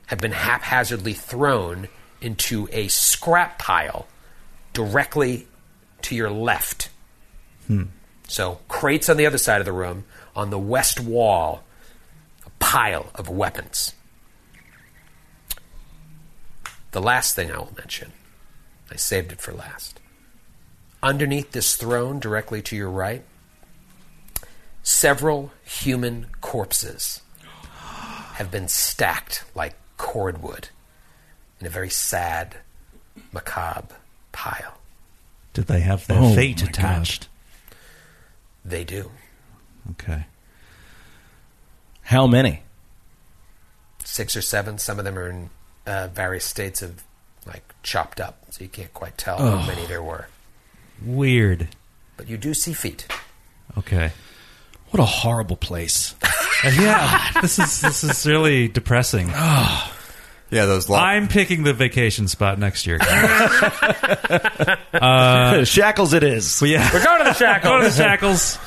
[SPEAKER 2] have been haphazardly thrown into a scrap pile directly to your left. So, crates on the other side of the room, on the west wall, a pile of weapons. The last thing I will mention, I saved it for last. Underneath this throne, directly to your right, several human corpses have been stacked like cordwood in a very sad, macabre pile.
[SPEAKER 4] Did they have their fate attached?
[SPEAKER 2] They do.
[SPEAKER 4] Okay.
[SPEAKER 8] How many?
[SPEAKER 2] Six or seven. Some of them are in uh, various states of like chopped up, so you can't quite tell how many there were.
[SPEAKER 4] Weird.
[SPEAKER 2] But you do see feet.
[SPEAKER 4] Okay.
[SPEAKER 8] What a horrible place.
[SPEAKER 4] Uh, yeah, this is this is really depressing.
[SPEAKER 5] Yeah, those long.
[SPEAKER 4] I'm picking the vacation spot next year.
[SPEAKER 8] Shackles, it is.
[SPEAKER 4] But yeah, we're going to the shackles. going to the shackles.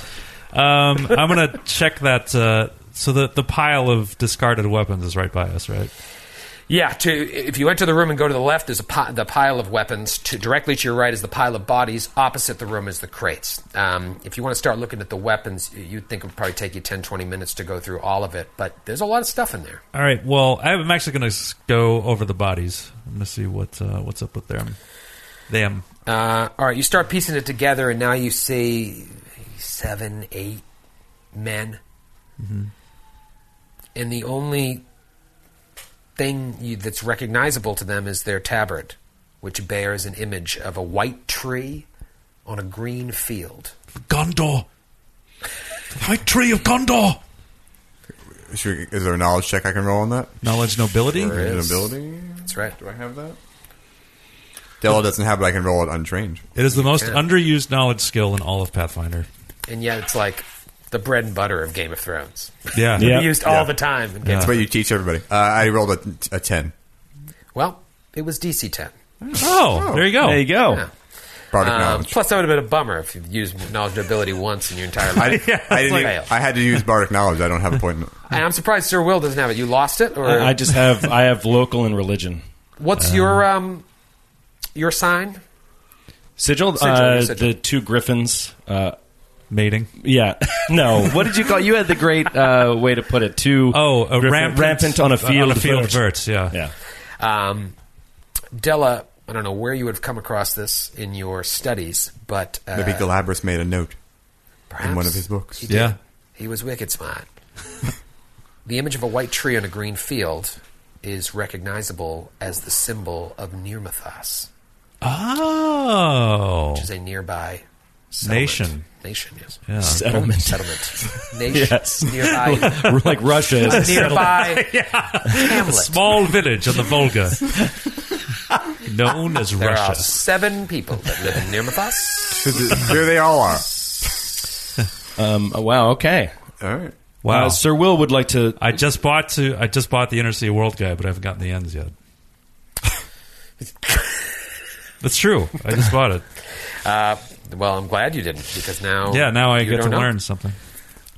[SPEAKER 4] Um, I'm gonna check that. Uh, so the the pile of discarded weapons is right by us, right?
[SPEAKER 2] Yeah, to if you enter the room and go to the left is a pi- the pile of weapons. To directly to your right is the pile of bodies. Opposite the room is the crates. Um, if you want to start looking at the weapons, y- you'd think it would probably take you 10, 20 minutes to go through all of it. But there's a lot of stuff in there.
[SPEAKER 4] All right. Well, I'm actually going to go over the bodies. I'm going to see what uh, what's up with them. Them.
[SPEAKER 2] Uh, all right, you start piecing it together, and now you see seven, eight men. And the only thing you, that's recognizable to them is their tabard, which bears an image of a white tree on a green field.
[SPEAKER 4] Gondor. The White tree of Gondor.
[SPEAKER 5] Should we- is there a knowledge check I can roll on that?
[SPEAKER 4] Knowledge nobility.
[SPEAKER 5] Or an ability?
[SPEAKER 2] That's right.
[SPEAKER 5] Do I have that? Della doesn't have, it. I can roll it untrained.
[SPEAKER 4] It is the most underused knowledge skill in all of Pathfinder.
[SPEAKER 2] And yet it's like the bread and butter of Game of Thrones.
[SPEAKER 4] Yeah.
[SPEAKER 8] Yeah.
[SPEAKER 2] Used all the time. In Game
[SPEAKER 5] That's
[SPEAKER 2] of-
[SPEAKER 5] what you teach everybody. Uh, I rolled a, a ten.
[SPEAKER 2] Well, it was DC 10.
[SPEAKER 4] Oh, there you go.
[SPEAKER 8] There you go.
[SPEAKER 5] Bardic
[SPEAKER 2] Um,
[SPEAKER 5] knowledge.
[SPEAKER 2] plus, that would have been a bummer if you've used knowledge and ability once in your entire life.
[SPEAKER 5] I, didn't- I, didn't
[SPEAKER 2] like-
[SPEAKER 5] even- I had to use bardic knowledge. I don't have a point. In it.
[SPEAKER 2] And I'm surprised Sir Will doesn't have it. You lost it, or
[SPEAKER 8] I, I just have I have local and religion.
[SPEAKER 5] Uh.
[SPEAKER 2] what's your um your sign?
[SPEAKER 8] Sigil,
[SPEAKER 2] Sigil,
[SPEAKER 8] uh,
[SPEAKER 2] sigil.
[SPEAKER 8] the two griffins. Uh,
[SPEAKER 4] Mating.
[SPEAKER 8] yeah, no. What did you call? You had the great uh, way to put it. Two
[SPEAKER 4] Oh, a
[SPEAKER 8] griffin-
[SPEAKER 4] rampant, uh,
[SPEAKER 8] rampant on a field,
[SPEAKER 4] on a field
[SPEAKER 8] of
[SPEAKER 4] of
[SPEAKER 8] birds.
[SPEAKER 4] birds. Yeah.
[SPEAKER 8] Yeah,
[SPEAKER 2] Um, Della, I don't know where you would have come across this in your studies, but uh,
[SPEAKER 5] Maybe Galabras made a note.
[SPEAKER 2] perhaps
[SPEAKER 5] in one of his books.
[SPEAKER 2] He did.
[SPEAKER 4] Yeah.
[SPEAKER 2] he was wicked smart. the image of a white tree on a green field is recognizable as the symbol of Nirmathas,
[SPEAKER 4] Oh.
[SPEAKER 2] which is a nearby settlement.
[SPEAKER 4] Nation.
[SPEAKER 2] Nation, yes,
[SPEAKER 4] Yeah.
[SPEAKER 8] settlement.
[SPEAKER 2] settlement, nation,
[SPEAKER 8] Yes.
[SPEAKER 2] nearby,
[SPEAKER 8] like Russia
[SPEAKER 2] a
[SPEAKER 8] is
[SPEAKER 2] nearby hamlet.
[SPEAKER 4] Small village on the Volga. Known as
[SPEAKER 2] There are
[SPEAKER 4] Russia.
[SPEAKER 2] seven people that live in Nirmathas.
[SPEAKER 5] Here they all are.
[SPEAKER 8] Um, oh, wow. Okay.
[SPEAKER 5] All right.
[SPEAKER 4] Wow.
[SPEAKER 8] Uh, Sir Will would like to.
[SPEAKER 4] I just bought to I just bought the Inner Sea World guy, but I haven't gotten the ends yet. That's true. I just bought it.
[SPEAKER 2] Well, I'm glad you didn't because now
[SPEAKER 4] Yeah, now I
[SPEAKER 2] you
[SPEAKER 4] get
[SPEAKER 2] don't
[SPEAKER 4] to
[SPEAKER 2] know.
[SPEAKER 4] learn something.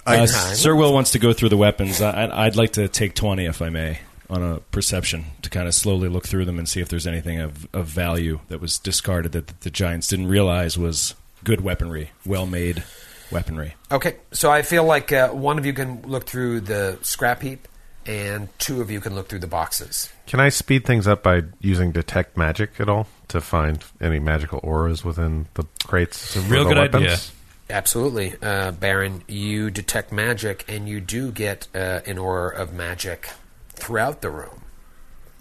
[SPEAKER 8] Uh,
[SPEAKER 2] time.
[SPEAKER 8] Sir Will wants to go through the weapons. I, I'd- I'd like to take twenty, if I may, on a perception to kind of slowly look through them and see if there's anything of, of value that was discarded that the giants didn't realize was good weaponry, well made weaponry.
[SPEAKER 2] Okay, so I feel like uh, one of you can look through the scrap heap, and two of you can look through the boxes.
[SPEAKER 6] Can I speed things up by using detect magic at all to find any magical auras within the crates? It's
[SPEAKER 4] real good idea.
[SPEAKER 2] Absolutely, uh, Baron. You detect magic, and you do get uh, an aura of magic throughout the room.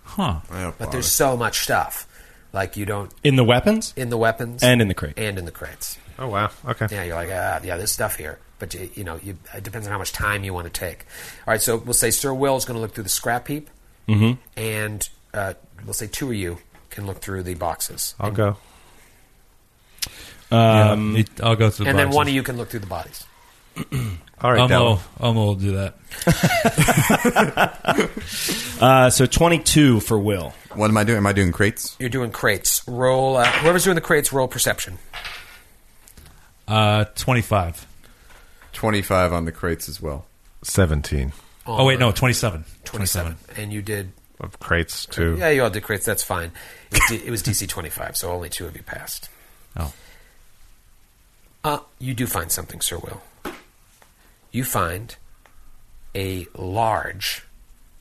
[SPEAKER 4] Huh.
[SPEAKER 2] But there's so much stuff, like you don't
[SPEAKER 8] In the weapons?
[SPEAKER 2] in the weapons
[SPEAKER 8] And in the crate.
[SPEAKER 2] and in the crates.
[SPEAKER 6] Oh wow. Okay.
[SPEAKER 2] Yeah, you're like, ah, yeah, there's stuff here. But, you, you know, you, it depends on how much time you want to take. All right, so we'll say Sir Will is going to look through the scrap heap.
[SPEAKER 4] Mm-hmm.
[SPEAKER 2] And uh, we'll say two of you can look through the boxes.
[SPEAKER 6] I'll go.
[SPEAKER 4] Um, I'll go through the
[SPEAKER 2] and then
[SPEAKER 4] boxes.
[SPEAKER 2] one of you can look through the bodies.
[SPEAKER 6] All right, Della.
[SPEAKER 4] Omo, Omo will do that.
[SPEAKER 8] Uh, so 22 for Will.
[SPEAKER 5] What am I doing? Am I doing crates?
[SPEAKER 2] You're doing crates. Roll, uh, whoever's doing the crates, roll perception.
[SPEAKER 4] Uh, Twenty-five.
[SPEAKER 5] Twenty-five on the crates as well.
[SPEAKER 6] Seventeen
[SPEAKER 4] Oh wait, no, twenty-seven.
[SPEAKER 2] 27. And you did,
[SPEAKER 6] of crates too.
[SPEAKER 2] yeah, you all did crates. That's fine. It was, D- it was DC 25, so only two of you passed.
[SPEAKER 4] Oh,
[SPEAKER 2] Uh, you do find something, Sir Will. You find a large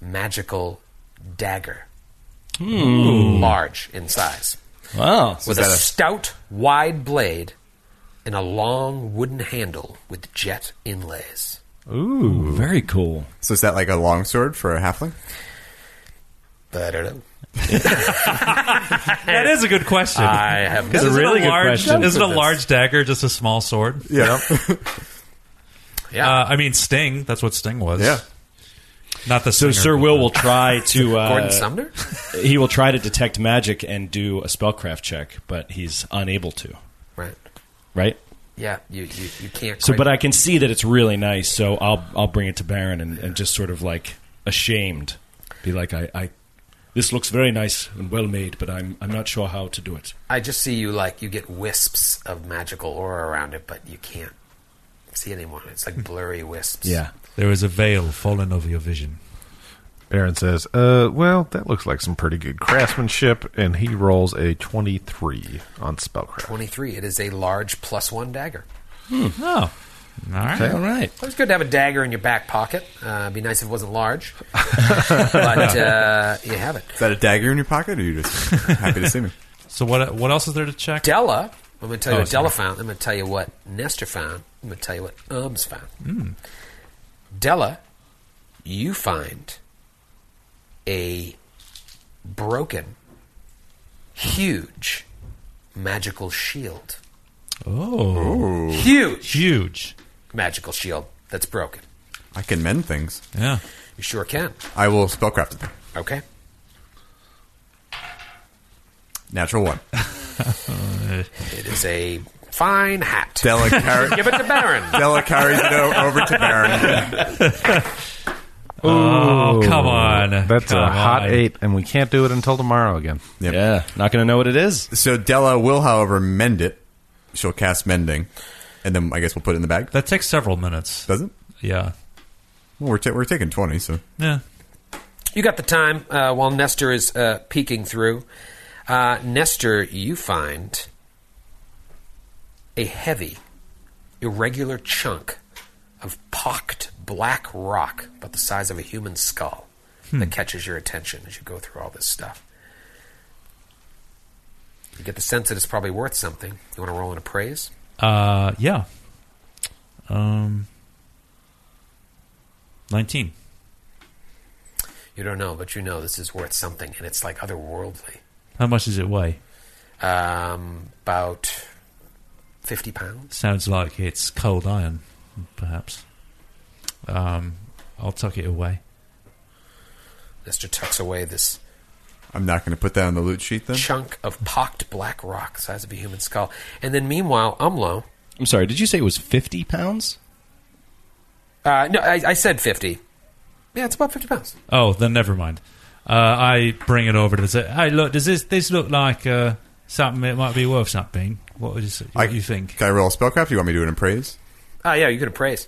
[SPEAKER 2] magical dagger. Large in size.
[SPEAKER 8] Hmm. Wow.
[SPEAKER 2] With a, stout, wide blade and a long wooden handle with jet inlays.
[SPEAKER 8] Ooh. Very cool.
[SPEAKER 5] So is that like a longsword for a halfling?
[SPEAKER 2] But I don't know.
[SPEAKER 4] that is a good question.
[SPEAKER 2] I have
[SPEAKER 4] Isn't
[SPEAKER 8] a really
[SPEAKER 4] a
[SPEAKER 8] good
[SPEAKER 4] large,
[SPEAKER 8] question.
[SPEAKER 4] Isn't a large dagger just a small sword?
[SPEAKER 5] Yeah.
[SPEAKER 2] Yeah.
[SPEAKER 4] Uh, I mean, Sting. That's what Sting was.
[SPEAKER 5] Yeah.
[SPEAKER 4] Not the
[SPEAKER 8] So
[SPEAKER 4] singer,
[SPEAKER 8] Sir
[SPEAKER 4] but
[SPEAKER 8] Will
[SPEAKER 4] the-
[SPEAKER 8] will try to. Uh,
[SPEAKER 2] Gordon Sumner?
[SPEAKER 8] He will try to detect magic and do a spellcraft check, but he's unable to.
[SPEAKER 2] Right.
[SPEAKER 8] Right.
[SPEAKER 2] Yeah, you, you, you can't.
[SPEAKER 8] So,
[SPEAKER 2] quite-
[SPEAKER 8] but I can see that it's really nice. So I'll I'll bring it to Baron and, and just sort of like ashamed, be like I, I this looks very nice and well made, but I'm I'm not sure how to do it.
[SPEAKER 2] I just see you like you get wisps of magical aura around it, but you can't see it anymore. It's like blurry wisps.
[SPEAKER 8] Hmm. Yeah.
[SPEAKER 4] There is a veil fallen over your vision.
[SPEAKER 9] Aaron says, uh, well, that looks like some pretty good craftsmanship, and he rolls a 23 on spellcraft.
[SPEAKER 2] 23. It is a large plus one dagger.
[SPEAKER 4] Oh. All right.
[SPEAKER 7] All right.
[SPEAKER 2] It's good to have a dagger in your back pocket. Uh, it'd be nice if it wasn't large. but uh, you have it.
[SPEAKER 5] Is that a dagger in your pocket, or are you just happy to see me?
[SPEAKER 4] So what what else is there to check?
[SPEAKER 2] Della, I'm going to tell you
[SPEAKER 4] Oh,
[SPEAKER 2] what Della
[SPEAKER 4] sorry.
[SPEAKER 2] found. I'm going to tell you what Nestor found. I'm going to tell you what Ums found.
[SPEAKER 4] Hmm.
[SPEAKER 2] Della, you find a broken, huge magical shield.
[SPEAKER 4] oh.
[SPEAKER 2] Huge
[SPEAKER 4] Huge.
[SPEAKER 2] magical shield that's broken.
[SPEAKER 5] I can mend things.
[SPEAKER 4] Yeah.
[SPEAKER 2] You sure can.
[SPEAKER 5] I will spellcraft it.
[SPEAKER 2] Okay.
[SPEAKER 5] Natural one.
[SPEAKER 2] It is a fine hat.
[SPEAKER 5] Della, car-
[SPEAKER 2] Give it to Baron.
[SPEAKER 5] Della carries it o- over to Baron.
[SPEAKER 4] Oh, come on.
[SPEAKER 9] That's
[SPEAKER 4] Come
[SPEAKER 9] a hot
[SPEAKER 4] on.
[SPEAKER 9] eight, and we can't do it until tomorrow again.
[SPEAKER 5] Yep.
[SPEAKER 7] Yeah. Not going to know what it is.
[SPEAKER 5] So Della will, however, mend it. She'll cast mending, and then I guess we'll put it in the bag.
[SPEAKER 4] That takes several minutes.
[SPEAKER 5] Does it?
[SPEAKER 4] yeah.
[SPEAKER 5] Well, we're, ta- we're taking twenty, so
[SPEAKER 4] Yeah.
[SPEAKER 2] You got the time uh, while Nestor is uh, peeking through. Uh, Nestor, you find a heavy, irregular chunk of pocked black rock about the size of a human skull that catches your attention as you go through all this stuff. You get the sense that it's probably worth something. You want to roll an appraise?
[SPEAKER 4] Uh, yeah. Um, 19.
[SPEAKER 2] You don't know, but you know this is worth something, and it's like otherworldly.
[SPEAKER 4] How much does it weigh?
[SPEAKER 2] Um, about 50 pounds.
[SPEAKER 4] Sounds like it's cold iron, perhaps. Um, I'll tuck it away.
[SPEAKER 2] Nestor tucks away this
[SPEAKER 5] I'm not going to put that on the loot sheet then.
[SPEAKER 2] chunk of pocked black rock the size of a human skull. And then meanwhile, Umlo.
[SPEAKER 7] I'm sorry. Did you say it was 50 pounds?
[SPEAKER 2] Uh, no, I, I said 50. Yeah, it's about 50 pounds.
[SPEAKER 4] Oh, then never mind. Uh, I bring it over to say, hey, look, does this this look like uh, something that might be worth something? What would you, s- what do you think?
[SPEAKER 5] Can I roll spellcraft? You want me to do it in praise?
[SPEAKER 2] Oh, yeah, you could appraise.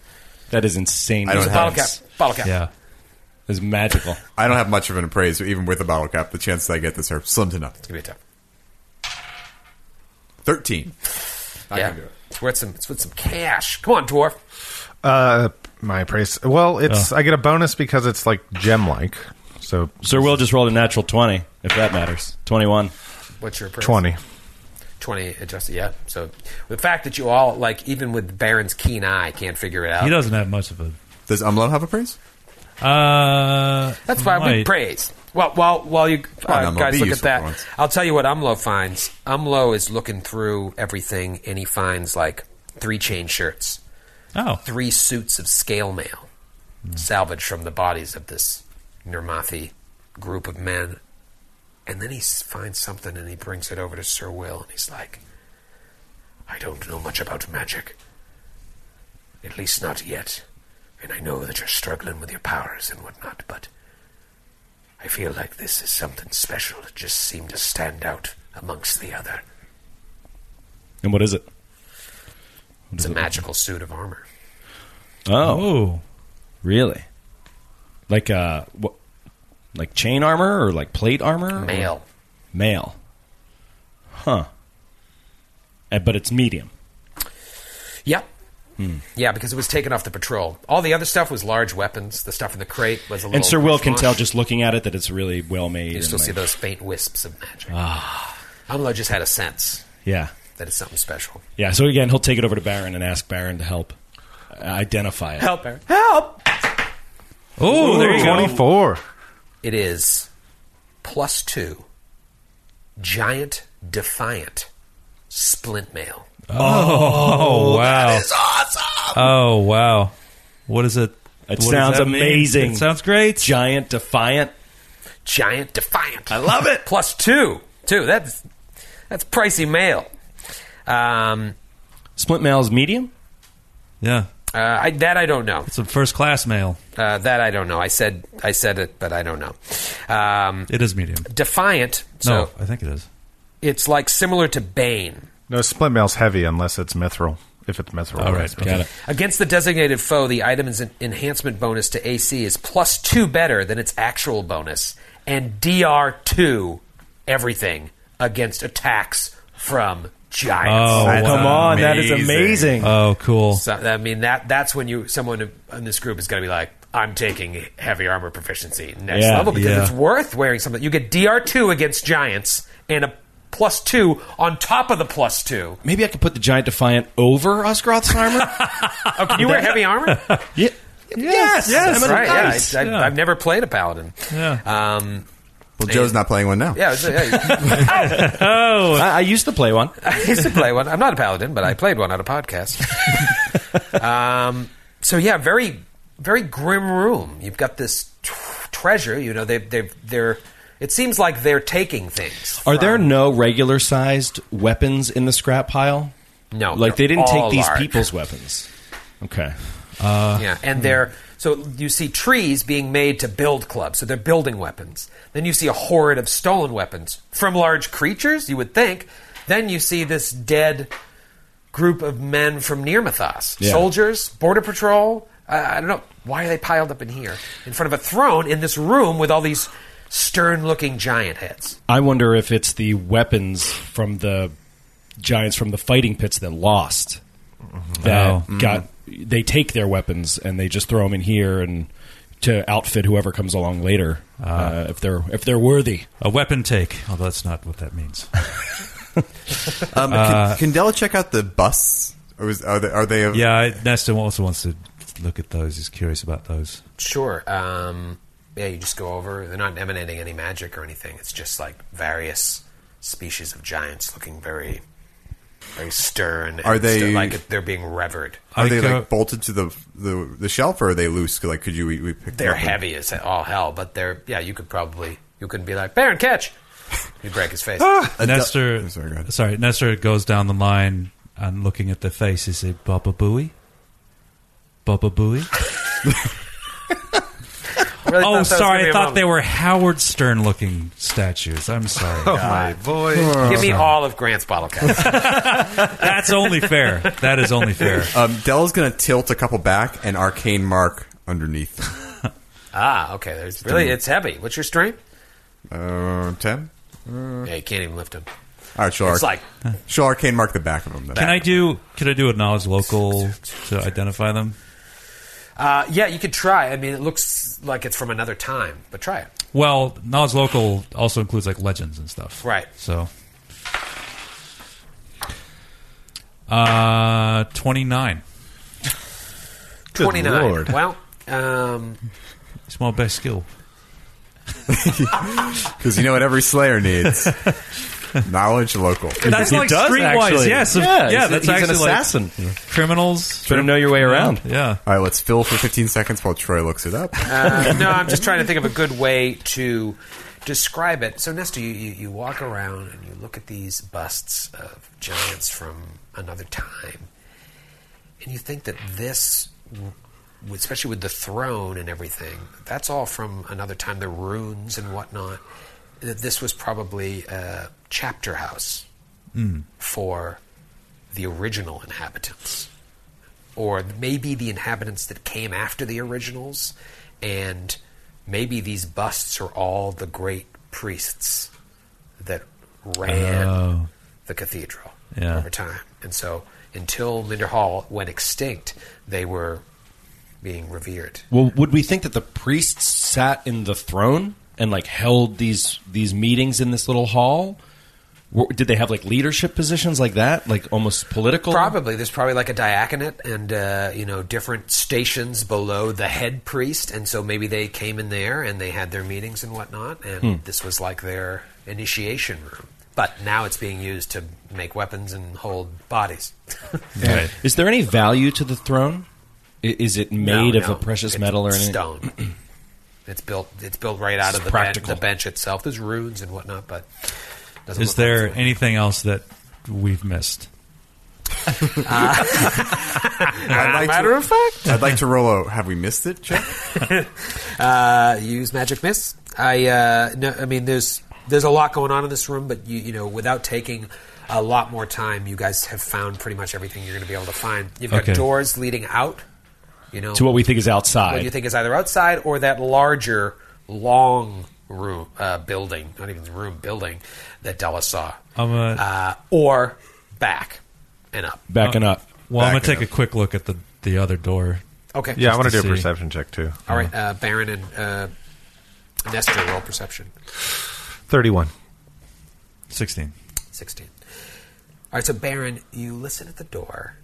[SPEAKER 7] That is insane.
[SPEAKER 5] I don't have-
[SPEAKER 2] Bottle cap.
[SPEAKER 7] That's-
[SPEAKER 2] Bottle cap.
[SPEAKER 4] Yeah.
[SPEAKER 7] That's magical.
[SPEAKER 5] I don't have much of an appraise, so even with a bottle cap, the chances I get this are slim to none.
[SPEAKER 2] Give me a tap.
[SPEAKER 5] Thirteen. I
[SPEAKER 2] yeah.
[SPEAKER 5] can do it.
[SPEAKER 2] It's worth some, it's worth some cash. Come on, dwarf.
[SPEAKER 9] Uh, my price. Well,
[SPEAKER 4] Oh.
[SPEAKER 9] it's I get a bonus because it's like gem like. So
[SPEAKER 7] Sir Will just rolled a natural 20, if that matters. 21.
[SPEAKER 2] What's your appraise?
[SPEAKER 9] 20.
[SPEAKER 2] 20 adjusted, yeah. So the fact that you all, like, even with Baron's keen eye, can't figure it out.
[SPEAKER 4] He doesn't have much of a.
[SPEAKER 5] Does Umlo have appraise?
[SPEAKER 4] Uh,
[SPEAKER 2] That's why we
[SPEAKER 4] might-
[SPEAKER 2] praise. Well, while while you
[SPEAKER 5] on,
[SPEAKER 2] uh,
[SPEAKER 5] Umlo,
[SPEAKER 2] guys
[SPEAKER 5] be
[SPEAKER 2] look at
[SPEAKER 5] useful
[SPEAKER 2] that,
[SPEAKER 5] for once.
[SPEAKER 2] I'll tell you what Umlo finds. Umlo is looking through everything, and he finds like three chain shirts,
[SPEAKER 4] Oh,
[SPEAKER 2] three suits of scale mail, salvaged from the bodies of this Nirmathi group of men. And then he s- finds something, and he brings it over to Sir Will, and he's like, "I don't know much about magic, at least not yet." And I know that you're struggling with your powers and whatnot, but I feel like this is something special that just seemed to stand out amongst the other.
[SPEAKER 7] And what is it?
[SPEAKER 2] It's a magical suit of armor.
[SPEAKER 7] Oh,
[SPEAKER 4] oh,
[SPEAKER 7] really? Like uh, what? Like chain armor or like plate armor? or-
[SPEAKER 2] Mail.
[SPEAKER 7] Mail. Huh. Eh, But it's medium.
[SPEAKER 2] Yep. Hmm. Yeah, because it was taken off the patrol. All the other stuff was large weapons. The stuff in the crate was a little.
[SPEAKER 7] And Sir Will can
[SPEAKER 2] mush-mush.
[SPEAKER 7] tell just looking at it that it's really well made.
[SPEAKER 2] You
[SPEAKER 7] and,
[SPEAKER 2] still see
[SPEAKER 7] like-
[SPEAKER 2] those faint wisps of magic.
[SPEAKER 7] Ah.
[SPEAKER 2] Amlo just had a sense
[SPEAKER 7] Yeah.
[SPEAKER 2] that it's something special.
[SPEAKER 7] Yeah. So again, he'll take it over to Baron and ask Baron to help uh, identify it.
[SPEAKER 2] Help her. Help!
[SPEAKER 4] oh, there you go.
[SPEAKER 9] 24.
[SPEAKER 2] It is plus two, giant, defiant, splint mail.
[SPEAKER 4] Oh, wow. Oh, wow. What is it? what does
[SPEAKER 7] sounds
[SPEAKER 4] that mean?
[SPEAKER 7] amazing.
[SPEAKER 4] It sounds great.
[SPEAKER 7] Giant, defiant.
[SPEAKER 2] Giant Defiant. I love it. Plus two, two. That's that's pricey mail. Um,
[SPEAKER 7] Splint mail is medium.
[SPEAKER 4] yeah.
[SPEAKER 2] uh, I, that I don't know.
[SPEAKER 4] Some first class mail.
[SPEAKER 2] Uh, that I don't know. I said I said it, but I don't know. Um,
[SPEAKER 4] It is medium.
[SPEAKER 2] Defiant. So
[SPEAKER 4] no, I think it is.
[SPEAKER 2] it's like similar to Bane.
[SPEAKER 9] No, split mail's heavy unless it's mithril.
[SPEAKER 6] if it's mesmerized.
[SPEAKER 4] All right, got it.
[SPEAKER 2] Against the designated foe, the item's en- enhancement bonus to AC is plus two better than its actual bonus, and DR two everything against attacks from giants.
[SPEAKER 4] Oh,
[SPEAKER 8] Come on, that is amazing.
[SPEAKER 4] Oh, cool.
[SPEAKER 2] So, I mean that that's when you someone in this group is going to be like, I'm taking heavy armor proficiency next
[SPEAKER 8] Yeah,
[SPEAKER 2] level because
[SPEAKER 4] yeah.
[SPEAKER 2] it's worth wearing something. You get DR two against giants and a plus two on top of the plus two.
[SPEAKER 8] Maybe I could put the Giant Defiant over Osgroth's armor.
[SPEAKER 2] Oh, can you wear heavy armor?
[SPEAKER 8] yeah. Yes, yes,
[SPEAKER 2] That's right.
[SPEAKER 8] nice.
[SPEAKER 2] Yeah, I, I,
[SPEAKER 4] Yeah.
[SPEAKER 2] I've never played a paladin. Yeah. Um,
[SPEAKER 5] Well, Joe's not playing one now.
[SPEAKER 2] yeah, it's- yeah.
[SPEAKER 8] I, I used to play one.
[SPEAKER 2] I used to play one. I'm not a paladin, but I played one on a podcast. um, so yeah, very, very grim room. You've got this tr treasure. You know, they, they, they're. It seems like they're taking things.
[SPEAKER 8] Are there no regular sized weapons in the scrap pile?
[SPEAKER 2] No,
[SPEAKER 8] like they
[SPEAKER 2] they're
[SPEAKER 8] didn't
[SPEAKER 2] all
[SPEAKER 8] take these
[SPEAKER 2] large.
[SPEAKER 8] people's weapons. Okay.
[SPEAKER 2] yeah, and they're so you see trees being made to build clubs, so they're building weapons. Then you see a horde of stolen weapons from large creatures, you would think. Then you see this dead group of men from Nearmathos,
[SPEAKER 8] Yeah.
[SPEAKER 2] soldiers, border patrol. I I don't know why are they piled up in here in front of a throne in this room with all these stern-looking giant heads.
[SPEAKER 8] I wonder if it's the weapons from the giants from the fighting pits that lost that
[SPEAKER 4] Oh.
[SPEAKER 8] got. They take their weapons and they just throw them in here and to outfit whoever comes along later uh, if they're if they're worthy.
[SPEAKER 4] A weapon take. Although that's not what that means.
[SPEAKER 5] Um, can, can Della check out the bus? Or is, are they? Are they a,
[SPEAKER 4] Uh, yeah, I, Nestor also wants to look at those. He's curious about those.
[SPEAKER 2] Sure. Um, yeah, you just go over. They're not emanating any magic or anything. It's just like various species of giants looking very, very stern. and
[SPEAKER 5] Are they-
[SPEAKER 2] stu- like they're being revered?
[SPEAKER 5] Are
[SPEAKER 4] I
[SPEAKER 5] they
[SPEAKER 4] go-
[SPEAKER 5] like bolted to the, the the shelf, or are they loose? Like, could you we, we pick? them
[SPEAKER 2] They're
[SPEAKER 5] up and-
[SPEAKER 2] heavy as all hell, but they're yeah. You could probably you could be like Baron catch. You would break his face.
[SPEAKER 5] Ah!
[SPEAKER 4] Nestor,
[SPEAKER 2] Oh,
[SPEAKER 5] I'm sorry, go ahead.
[SPEAKER 4] sorry, Nestor goes down the line and looking at the face. Is it Baba Booey? Baba Booey?
[SPEAKER 2] Really thought that
[SPEAKER 4] Oh,
[SPEAKER 2] was gonna
[SPEAKER 4] sorry.
[SPEAKER 2] be
[SPEAKER 4] I
[SPEAKER 2] a
[SPEAKER 4] thought they
[SPEAKER 2] moment.
[SPEAKER 4] were Howard Stern looking statues. I'm sorry.
[SPEAKER 6] Oh my boy!
[SPEAKER 2] Give me all of Grant's bottle caps.
[SPEAKER 4] That's only fair. That is only fair.
[SPEAKER 5] Um, Della's gonna tilt a couple back and arcane mark underneath.
[SPEAKER 2] ah, okay. There's really it's heavy. What's your strength?
[SPEAKER 5] Uh, Ten. Hmm.
[SPEAKER 2] Yeah, you can't even lift him.
[SPEAKER 5] All right, she'll,
[SPEAKER 2] It's
[SPEAKER 5] arc-
[SPEAKER 2] like-
[SPEAKER 5] she'll arcane mark the back of them. Then.
[SPEAKER 4] Can I do? Could I do a knowledge local to identify them?
[SPEAKER 2] Uh, yeah, you could try. I mean, it looks like it's from another time, but try it.
[SPEAKER 4] Well, knowledge local also includes like legends and stuff,
[SPEAKER 2] Right.
[SPEAKER 4] So, uh, twenty nine.
[SPEAKER 2] 29.
[SPEAKER 6] lord.
[SPEAKER 2] Well, um,
[SPEAKER 4] It's my best skill.
[SPEAKER 5] Because you know what every Slayer needs: knowledge local.
[SPEAKER 4] That's
[SPEAKER 8] He
[SPEAKER 4] like
[SPEAKER 8] does,
[SPEAKER 4] streetwise.
[SPEAKER 8] actually.
[SPEAKER 4] Yes, of-
[SPEAKER 8] yeah,
[SPEAKER 4] yeah,
[SPEAKER 8] he's-
[SPEAKER 4] that's
[SPEAKER 8] he's
[SPEAKER 4] actually
[SPEAKER 8] an
[SPEAKER 4] like-
[SPEAKER 8] assassin.
[SPEAKER 4] Criminals.
[SPEAKER 8] Better know your way around.
[SPEAKER 4] Yeah.
[SPEAKER 5] All right, let's fill for 15 seconds while Troy looks it up.
[SPEAKER 2] uh, no, I'm just trying to think of a good way to describe it. So, Nestor, you, you, you walk around and you look at these busts of giants from another time, and you think that this, w- especially with the throne and everything, that's all from another time, the runes and whatnot, that this was probably a chapter house for the original inhabitants or maybe the inhabitants that came after the originals, and maybe these busts are all the great priests that ran
[SPEAKER 4] Oh.
[SPEAKER 2] the cathedral
[SPEAKER 4] Yeah.
[SPEAKER 2] over time. And so until Minder Hall went extinct, they were being revered.
[SPEAKER 8] Well, would we think that the priests sat in the throne and like held these these meetings in this little hall? Were- Did they have like leadership positions like that, like almost political?
[SPEAKER 2] Probably there's probably like a diaconate and uh, you know different stations below the head priest, and so maybe they came in there and they had their meetings and whatnot, and
[SPEAKER 8] Hmm.
[SPEAKER 2] this was like their initiation room. But now it's being used to make weapons and hold bodies.
[SPEAKER 4] Right.
[SPEAKER 8] Is there any value to the throne? I- Is it made
[SPEAKER 2] No,
[SPEAKER 8] of
[SPEAKER 2] no.
[SPEAKER 8] a precious
[SPEAKER 2] It's
[SPEAKER 8] metal or anything?
[SPEAKER 2] stone? it's built. It's built right out
[SPEAKER 8] It's
[SPEAKER 2] of the, ben-
[SPEAKER 8] practical.
[SPEAKER 2] the bench itself. There's runes and whatnot, but doesn't
[SPEAKER 4] Is
[SPEAKER 2] look like
[SPEAKER 4] there
[SPEAKER 2] it's-
[SPEAKER 4] anything else that we've missed?
[SPEAKER 5] I'd like
[SPEAKER 2] matter
[SPEAKER 5] to,
[SPEAKER 2] of fact?
[SPEAKER 5] I'd like to roll a. Have we missed it? Check.
[SPEAKER 2] Uh, you use magic mist. I uh, no, I mean, there's there's a lot going on in this room, but you you know, without taking a lot more time. You guys have found pretty much everything you're going to be able to find. You've got
[SPEAKER 4] Okay.
[SPEAKER 2] doors leading out, you know,
[SPEAKER 8] to what we think is outside.
[SPEAKER 2] what you think is either outside or that larger, long room uh, building, not even room building that Della saw,
[SPEAKER 4] I'm a-
[SPEAKER 2] uh, or back and up.
[SPEAKER 8] Backing up.
[SPEAKER 4] Well, I'm
[SPEAKER 5] Back
[SPEAKER 4] gonna take
[SPEAKER 5] up.
[SPEAKER 4] a quick look at the the other door.
[SPEAKER 2] Okay.
[SPEAKER 6] Yeah, I want
[SPEAKER 4] to
[SPEAKER 6] to do
[SPEAKER 4] see.
[SPEAKER 6] a perception check too.
[SPEAKER 2] All right, uh, Baron and uh, Nestor roll perception.
[SPEAKER 6] Thirty-one.
[SPEAKER 4] Sixteen.
[SPEAKER 2] 16. All right, so Baron, you listen at the door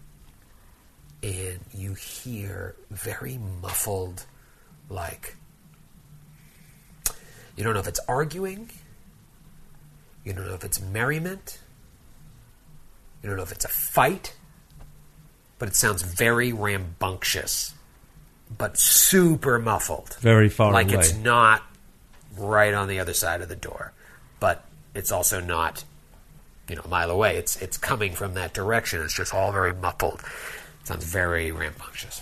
[SPEAKER 2] and you hear very muffled, like, you don't know if it's arguing, you don't know if it's merriment, you don't know if it's a fight, but it sounds very rambunctious, but super muffled.
[SPEAKER 4] Very far
[SPEAKER 2] Like
[SPEAKER 4] away.
[SPEAKER 2] it's not right on the other side of the door, but it's also not you know, a mile away. It's it's coming from that direction. It's just all very muffled. sounds very rambunctious.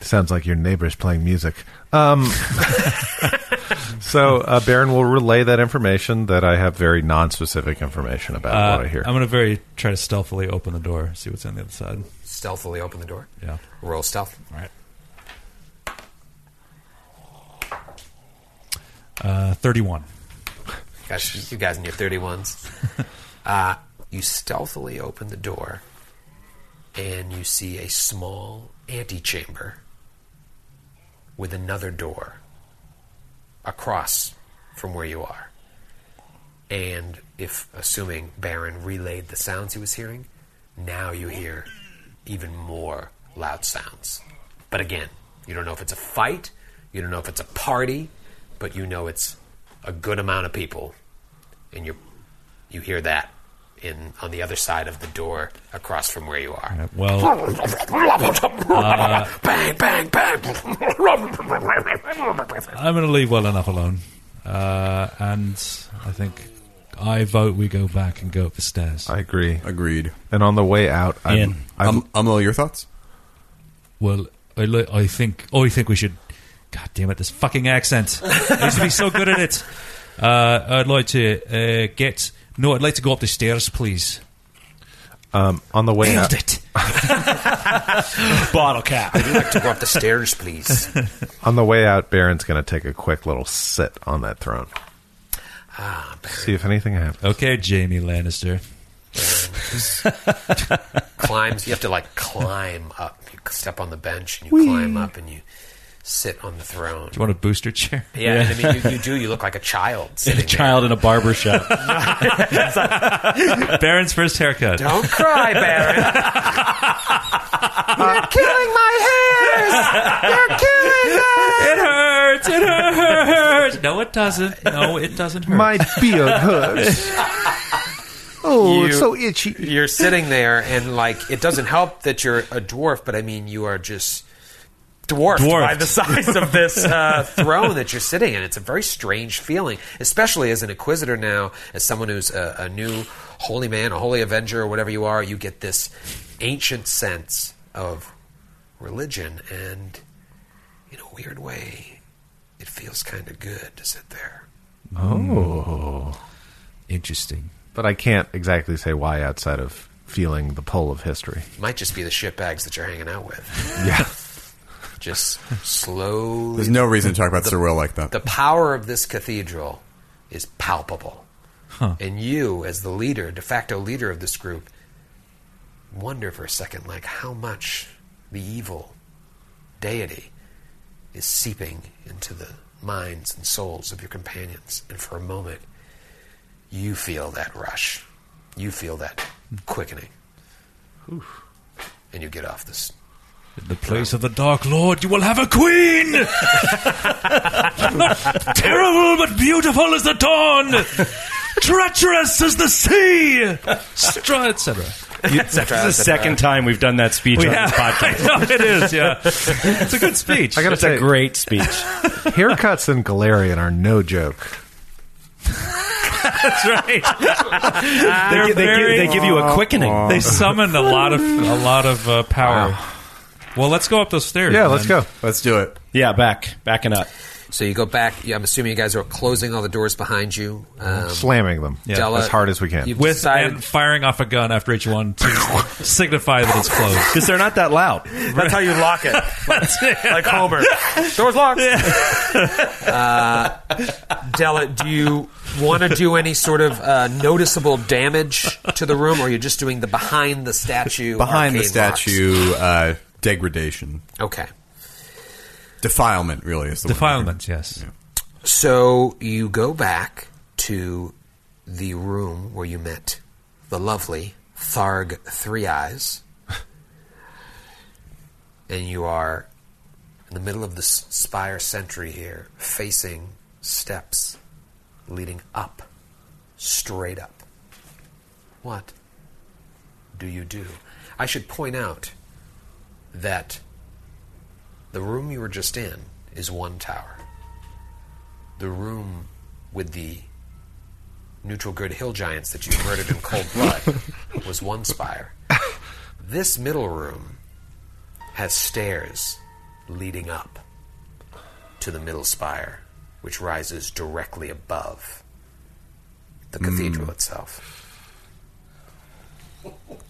[SPEAKER 6] Sounds like your neighbor's playing music. Um, so uh, Baron will relay that information that I have very non-specific information about
[SPEAKER 4] Uh,
[SPEAKER 6] what I hear.
[SPEAKER 4] I'm gonna very try to stealthily open the door, see what's on the other side.
[SPEAKER 2] Stealthily open the door.
[SPEAKER 4] Yeah.
[SPEAKER 2] Roll stealth.
[SPEAKER 4] All right. Uh, Thirty-one.
[SPEAKER 2] Gosh, you guys in your thirty ones. Uh, you stealthily open the door, and you see a small antechamber with another door across from where you are. And if assuming Baron relayed the sounds he was hearing, now you hear even more loud sounds. But again, you don't know if it's a fight, you don't know if it's a party, but you know it's a good amount of people. And you you hear that in on the other side of the door across from where you are.
[SPEAKER 4] Well,
[SPEAKER 2] bang bang bang.
[SPEAKER 4] I'm gonna leave well enough alone, uh, and I think I vote we go back and go up the stairs.
[SPEAKER 6] I agree.
[SPEAKER 5] Agreed.
[SPEAKER 6] And on the way out, I'm,
[SPEAKER 8] Ian.
[SPEAKER 6] I'm,
[SPEAKER 5] Um, Amlo, your thoughts?
[SPEAKER 4] Well, I, li- I think I think we should. God damn it! This fucking accent. I used to be so good at it. Uh, I'd like to uh, get. No, I'd like to go up the stairs, please.
[SPEAKER 6] on the way out.
[SPEAKER 4] it.
[SPEAKER 8] Bottle cap.
[SPEAKER 2] Would you like to go up the stairs, please?
[SPEAKER 6] On the way out, Baron's going to take a quick little sit on that throne. See if anything happens.
[SPEAKER 4] Okay, Jamie Lannister.
[SPEAKER 2] climbs. You have to like climb up. You step on the bench and you climb up and you sit on the throne.
[SPEAKER 4] Do you want a booster chair?
[SPEAKER 2] Yeah, and I mean, you, you do. You look like a child
[SPEAKER 8] a
[SPEAKER 2] sitting
[SPEAKER 8] child in a barber shop.
[SPEAKER 4] Baron's first haircut.
[SPEAKER 2] there. Don't cry, Baron. You're killing my hairs. You're killing them.
[SPEAKER 4] It hurts. It hurts. No, it doesn't. No, it doesn't hurt.
[SPEAKER 6] My beard hurts. Oh,
[SPEAKER 2] You-
[SPEAKER 6] it's so itchy.
[SPEAKER 2] You're sitting there, and like, it doesn't help that you're a dwarf, but I mean, you are just. Dwarfed,
[SPEAKER 4] Dwarfed.
[SPEAKER 2] by the size of this uh, throne that you're sitting in. It's a very strange feeling, especially as an inquisitor now, as someone who's a, a new holy man, a holy avenger, or whatever you are. You get this ancient sense of religion, and in a weird way, it feels kind of good to sit there.
[SPEAKER 4] Interesting.
[SPEAKER 6] But I can't exactly say why outside of feeling the pull of history.
[SPEAKER 2] Might just be the shit bags that you're hanging out with.
[SPEAKER 6] Yeah.
[SPEAKER 2] Just slowly.
[SPEAKER 5] There's no reason to talk about Sir Will like that.
[SPEAKER 2] the power of this cathedral is palpable. And you, as the leader, de facto leader of this group, wonder for a second, like, how much the evil deity is seeping into the minds and souls of your companions. And for a moment, you feel that rush. You feel that quickening. And you get off this.
[SPEAKER 4] In the place of the Dark Lord, you will have a queen! Not terrible, but beautiful as the dawn! Treacherous as the sea! Stra, etc.
[SPEAKER 8] This is the second time we've done that speech on this podcast.
[SPEAKER 4] I know it is, yeah. It's a good speech.
[SPEAKER 6] I got to
[SPEAKER 8] It's a
[SPEAKER 6] say,
[SPEAKER 8] great speech.
[SPEAKER 6] haircuts in Galarian are no joke.
[SPEAKER 4] That's right.
[SPEAKER 8] they,
[SPEAKER 4] They're
[SPEAKER 8] give- they
[SPEAKER 4] very,
[SPEAKER 8] give, they give you a quickening.
[SPEAKER 4] they summoned a lot of, a lot of uh, power. Well, let's go up those stairs.
[SPEAKER 6] Yeah, let's
[SPEAKER 4] man.
[SPEAKER 6] go.
[SPEAKER 5] Let's do it.
[SPEAKER 8] Yeah, back, backing up.
[SPEAKER 2] So you go back. You, I'm assuming you guys are closing all the doors behind you. Um,
[SPEAKER 6] Slamming them
[SPEAKER 2] Della,
[SPEAKER 6] as hard as we can.
[SPEAKER 2] you've
[SPEAKER 4] With
[SPEAKER 2] decided-
[SPEAKER 4] and firing off a gun after each one to signify that it's closed.
[SPEAKER 8] because they're not that loud.
[SPEAKER 10] That's how you lock it, like, like Homer.
[SPEAKER 2] Doors locked. uh, Della, do you want to do any sort of uh, noticeable damage to the room, or are you just doing the behind the statue?
[SPEAKER 5] Behind the
[SPEAKER 2] arcade locks?
[SPEAKER 5] statue, uh, degradation,
[SPEAKER 2] Okay.
[SPEAKER 5] defilement really is the one.
[SPEAKER 4] Defilement, yes.
[SPEAKER 2] So you go back to the room where you met the lovely Tharg Three Eyes, and you are in the middle of the s- spire sentry here, facing steps leading up, straight up. What do you do? I should point out that the room you were just in is one tower the room with the neutral good hill giants that you murdered in cold blood was one spire. This middle room has stairs leading up to the middle spire, which rises directly above the cathedral itself.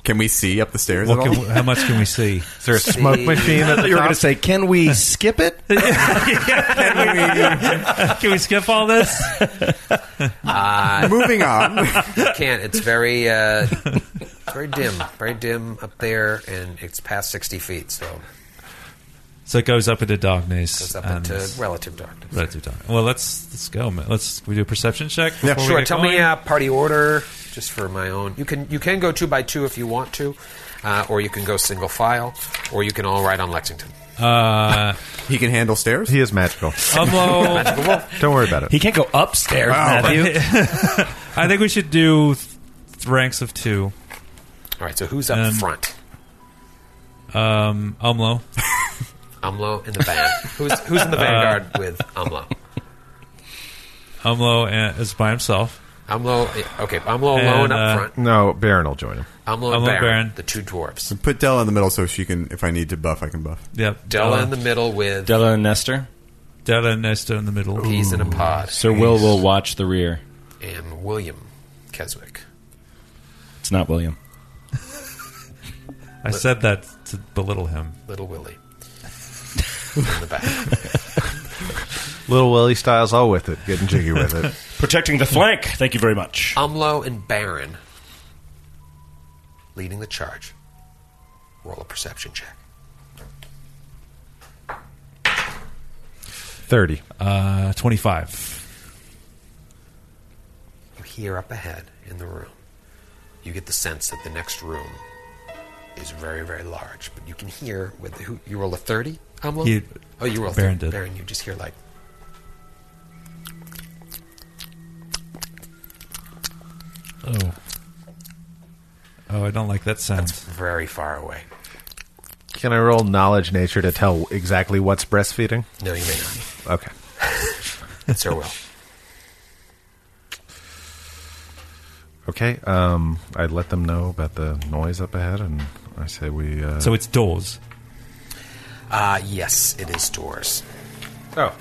[SPEAKER 5] Can we see up the stairs
[SPEAKER 4] What
[SPEAKER 5] at all?
[SPEAKER 4] can, how much can we see?
[SPEAKER 6] Is there a smoke
[SPEAKER 2] See-
[SPEAKER 6] machine at the
[SPEAKER 8] You were going to
[SPEAKER 6] top?
[SPEAKER 8] say, "Can we skip it?"
[SPEAKER 4] Can we skip all this?
[SPEAKER 5] Moving on.
[SPEAKER 2] You can't. It's very, uh, it's very dim, very dim up there, and it's past sixty feet, so
[SPEAKER 4] So it goes up into darkness.
[SPEAKER 2] it's up
[SPEAKER 4] and-
[SPEAKER 2] into relative darkness.
[SPEAKER 4] relative dark. Well, let's let's go. man. Let's can we do a perception check. before we
[SPEAKER 2] Sure.
[SPEAKER 4] get
[SPEAKER 2] Tell me
[SPEAKER 4] going?
[SPEAKER 2] uh, party order, just for my own. You can you can go two by two if you want to, uh, or you can go single file, or you can all ride on Lexington.
[SPEAKER 5] He can handle stairs?
[SPEAKER 6] He is magical.
[SPEAKER 4] Umlo,
[SPEAKER 6] Don't worry about it.
[SPEAKER 8] He can't go upstairs, Matthew.
[SPEAKER 4] Oh. I think we should do th- ranks of two.
[SPEAKER 2] All right. So who's up
[SPEAKER 4] Um,
[SPEAKER 2] front?
[SPEAKER 4] Um, Umlo,
[SPEAKER 2] Umlo in the van. who's who's in the vanguard with Umlo?
[SPEAKER 4] Umlo uh, is by himself.
[SPEAKER 2] Umlo. eh, Okay. Umlo alone
[SPEAKER 4] And, uh,
[SPEAKER 2] up front.
[SPEAKER 6] No, Baron will join him.
[SPEAKER 2] Umlo and
[SPEAKER 4] Umlo
[SPEAKER 2] Baron,
[SPEAKER 4] Baron.
[SPEAKER 2] the two dwarves.
[SPEAKER 5] Put Della in the middle so she can, if I need to buff, I can buff.
[SPEAKER 4] Yep.
[SPEAKER 2] Della in the middle with
[SPEAKER 8] Della and Nestor.
[SPEAKER 4] Della and Nesta in the middle.
[SPEAKER 2] peas in a pod
[SPEAKER 8] Sir Will will watch the rear.
[SPEAKER 2] and William Keswick.
[SPEAKER 8] It's not William.
[SPEAKER 4] I said that to belittle him.
[SPEAKER 2] Little Willie in the back.
[SPEAKER 6] Little Willie Styles, all with it, getting jiggy with it.
[SPEAKER 8] Protecting the flank. Thank you very much.
[SPEAKER 2] Umlo and Baron leading the charge. Roll a perception check.
[SPEAKER 6] Thirty.
[SPEAKER 4] Uh, Twenty-five.
[SPEAKER 2] You hear up ahead in the room. You get the sense that the next room is very, very large, but you can hear with who you roll a thirty. Umlo.
[SPEAKER 4] He-
[SPEAKER 2] oh, you roll a 30.
[SPEAKER 4] Baron did.
[SPEAKER 2] Baron, you just hear like
[SPEAKER 4] Oh. Oh, I don't like that sound.
[SPEAKER 2] very far away.
[SPEAKER 6] Can I roll knowledge nature to tell exactly what's breastfeeding?
[SPEAKER 2] No, you may not.
[SPEAKER 6] Okay.
[SPEAKER 2] It's her will.
[SPEAKER 6] Okay. Um, I let them know about the noise up ahead, and I say we. Uh,
[SPEAKER 4] So it's doors.
[SPEAKER 2] Uh, yes, it is doors.
[SPEAKER 6] oh.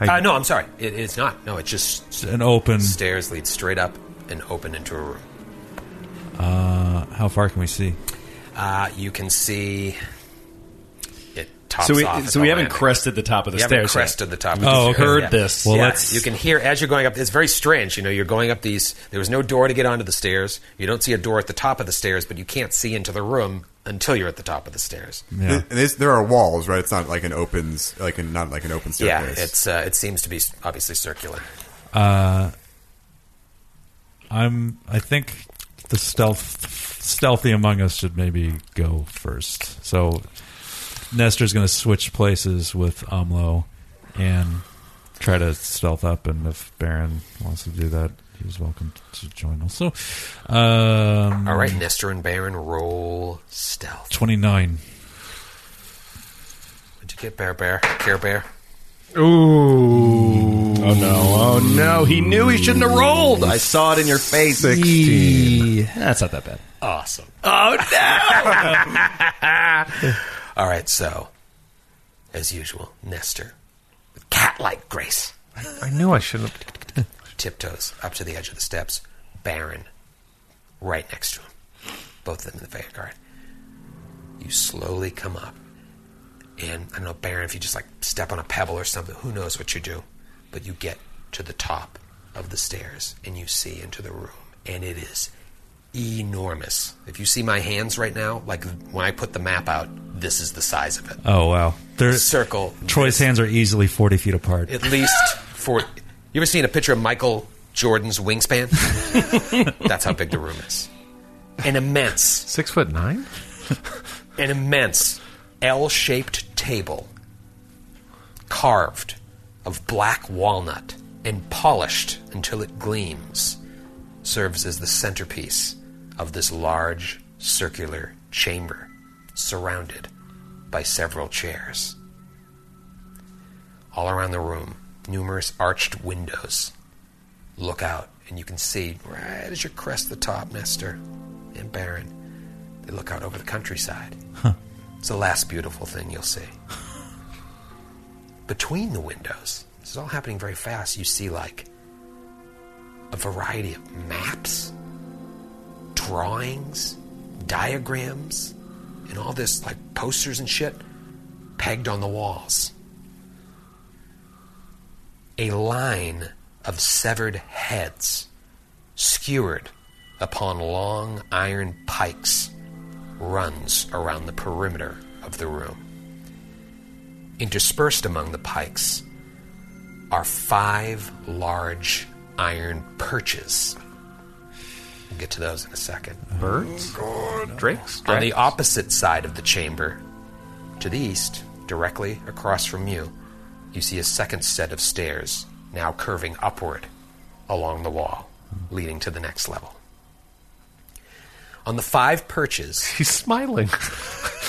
[SPEAKER 2] Uh,
[SPEAKER 6] I,
[SPEAKER 2] no, I'm sorry. It, it's not. No, it's just
[SPEAKER 4] An open.
[SPEAKER 2] stairs lead straight up and open into a room.
[SPEAKER 4] How far can we see?
[SPEAKER 2] Uh, you can see it tops
[SPEAKER 8] So we
[SPEAKER 2] off at
[SPEAKER 8] so
[SPEAKER 2] the
[SPEAKER 8] we haven't
[SPEAKER 2] landing.
[SPEAKER 8] crested the top of the
[SPEAKER 2] You haven't
[SPEAKER 8] stairs. yet.
[SPEAKER 2] crested the top. of
[SPEAKER 8] We just
[SPEAKER 2] the stairs
[SPEAKER 8] heard
[SPEAKER 2] yet.
[SPEAKER 8] this.
[SPEAKER 4] Well,
[SPEAKER 2] yeah,
[SPEAKER 4] let's-
[SPEAKER 2] you can hear as you're going up. It's very strange. You know, you're going up these. There was no door to get onto the stairs. You don't see a door at the top of the stairs, but you can't see into the room until you're at the top of the stairs.
[SPEAKER 4] Yeah.
[SPEAKER 5] Th- this- there are walls, right? It's not like an open, s- like an, not like an open
[SPEAKER 2] Yeah,
[SPEAKER 5] staircase.
[SPEAKER 2] it's uh, it seems to be s- obviously circular.
[SPEAKER 4] I'm. I think the stealth, stealthy among us should maybe go first. So Nestor's going to switch places with Umlo and try to stealth up. And if Baron wants to do that, he's welcome to join also. Um,
[SPEAKER 2] All right, Nestor and Baron roll stealth.
[SPEAKER 4] twenty nine.
[SPEAKER 2] Did you get Bear Bear? Care Bear?
[SPEAKER 8] Oh no! Oh no! He knew he shouldn't have rolled. I saw it in your face. Sixteen. That's not that bad.
[SPEAKER 2] Awesome. Oh no! All right, so as usual, Nestor with cat-like grace.
[SPEAKER 6] I knew I shouldn't.
[SPEAKER 2] Tiptoes up to the edge of the steps. Baron, right next to him. Both of them in the vanguard. You slowly come up, and I don't know, Baron, if you just like step on a pebble or something, who knows what you do, but you get to the top of the stairs and you see into the room, and it is enormous. If you see my hands right now, like when I put the map out, this is the size of it.
[SPEAKER 4] Oh wow. There's
[SPEAKER 2] Circle.
[SPEAKER 4] Troy's hands are easily forty feet apart.
[SPEAKER 2] At least for you ever seen a picture of Michael Jordan's wingspan? That's how big the room is. An immense
[SPEAKER 6] Six foot nine?
[SPEAKER 2] an immense L shaped table carved of black walnut and polished until it gleams serves as the centerpiece of this large circular chamber surrounded by several chairs. All around the room, numerous arched windows look out, and you can see right as you crest the top, Nestor and Baron. They look out over the countryside. It's the last beautiful thing you'll see. Between the windows, this is all happening very fast. You see, like, a variety of maps, drawings, diagrams, and all this, like, posters and shit pegged on the walls. A line of severed heads skewered upon long iron pikes runs around the perimeter of the room. Interspersed among the pikes are five large iron perches. We'll get to those in a second.
[SPEAKER 6] Birds? Oh, Drakes?
[SPEAKER 2] On the opposite side of the chamber, to the east, directly across from you, you see a second set of stairs, now curving upward along the wall, leading to the next level. On the five perches,
[SPEAKER 6] He's smiling.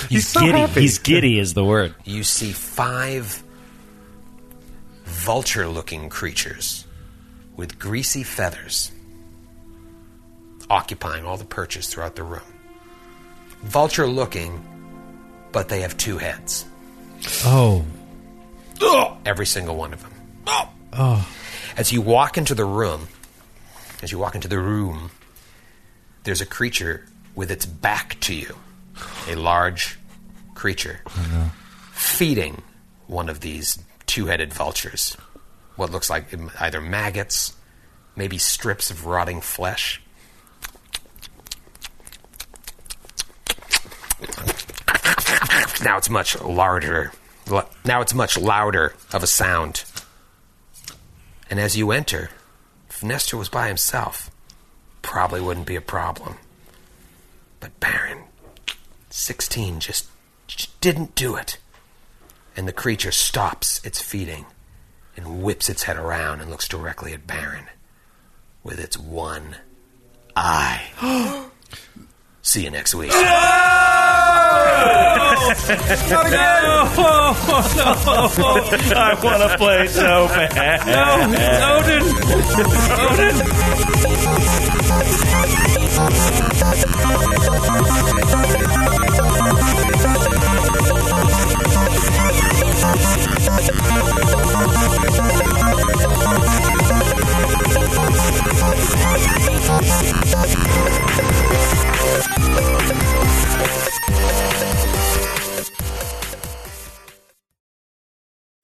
[SPEAKER 8] He's, giddy. He's giddy is the word.
[SPEAKER 2] you see five vulture looking creatures with greasy feathers occupying all the perches throughout the room. Vulture looking, but they have two heads.
[SPEAKER 4] Oh.
[SPEAKER 2] Every single one of them. As you walk into the room, as you walk into the room, there's a creature with its back to you. A large creature feeding one of these two headed vultures. What looks like either maggots, maybe strips of rotting flesh. Now it's much larger. lo- Now it's much louder of a sound. And as you enter, if Nestor was by himself, probably wouldn't be a problem. But Baron, 16 just, just didn't do it. And the creature stops its feeding and whips its head around and looks directly at Baron with its one eye. See you next week.
[SPEAKER 8] I want to play so bad.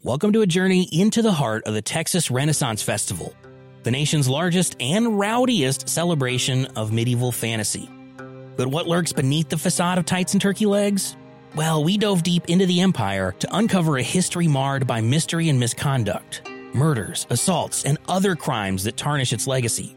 [SPEAKER 9] Welcome to a journey into the heart of the Texas Renaissance Festival, the nation's largest and rowdiest celebration of medieval fantasy. But what lurks beneath the facade of tights and turkey legs? Well, we dove deep into the empire to uncover a history marred by mystery and misconduct, murders, assaults, and other crimes that tarnish its legacy.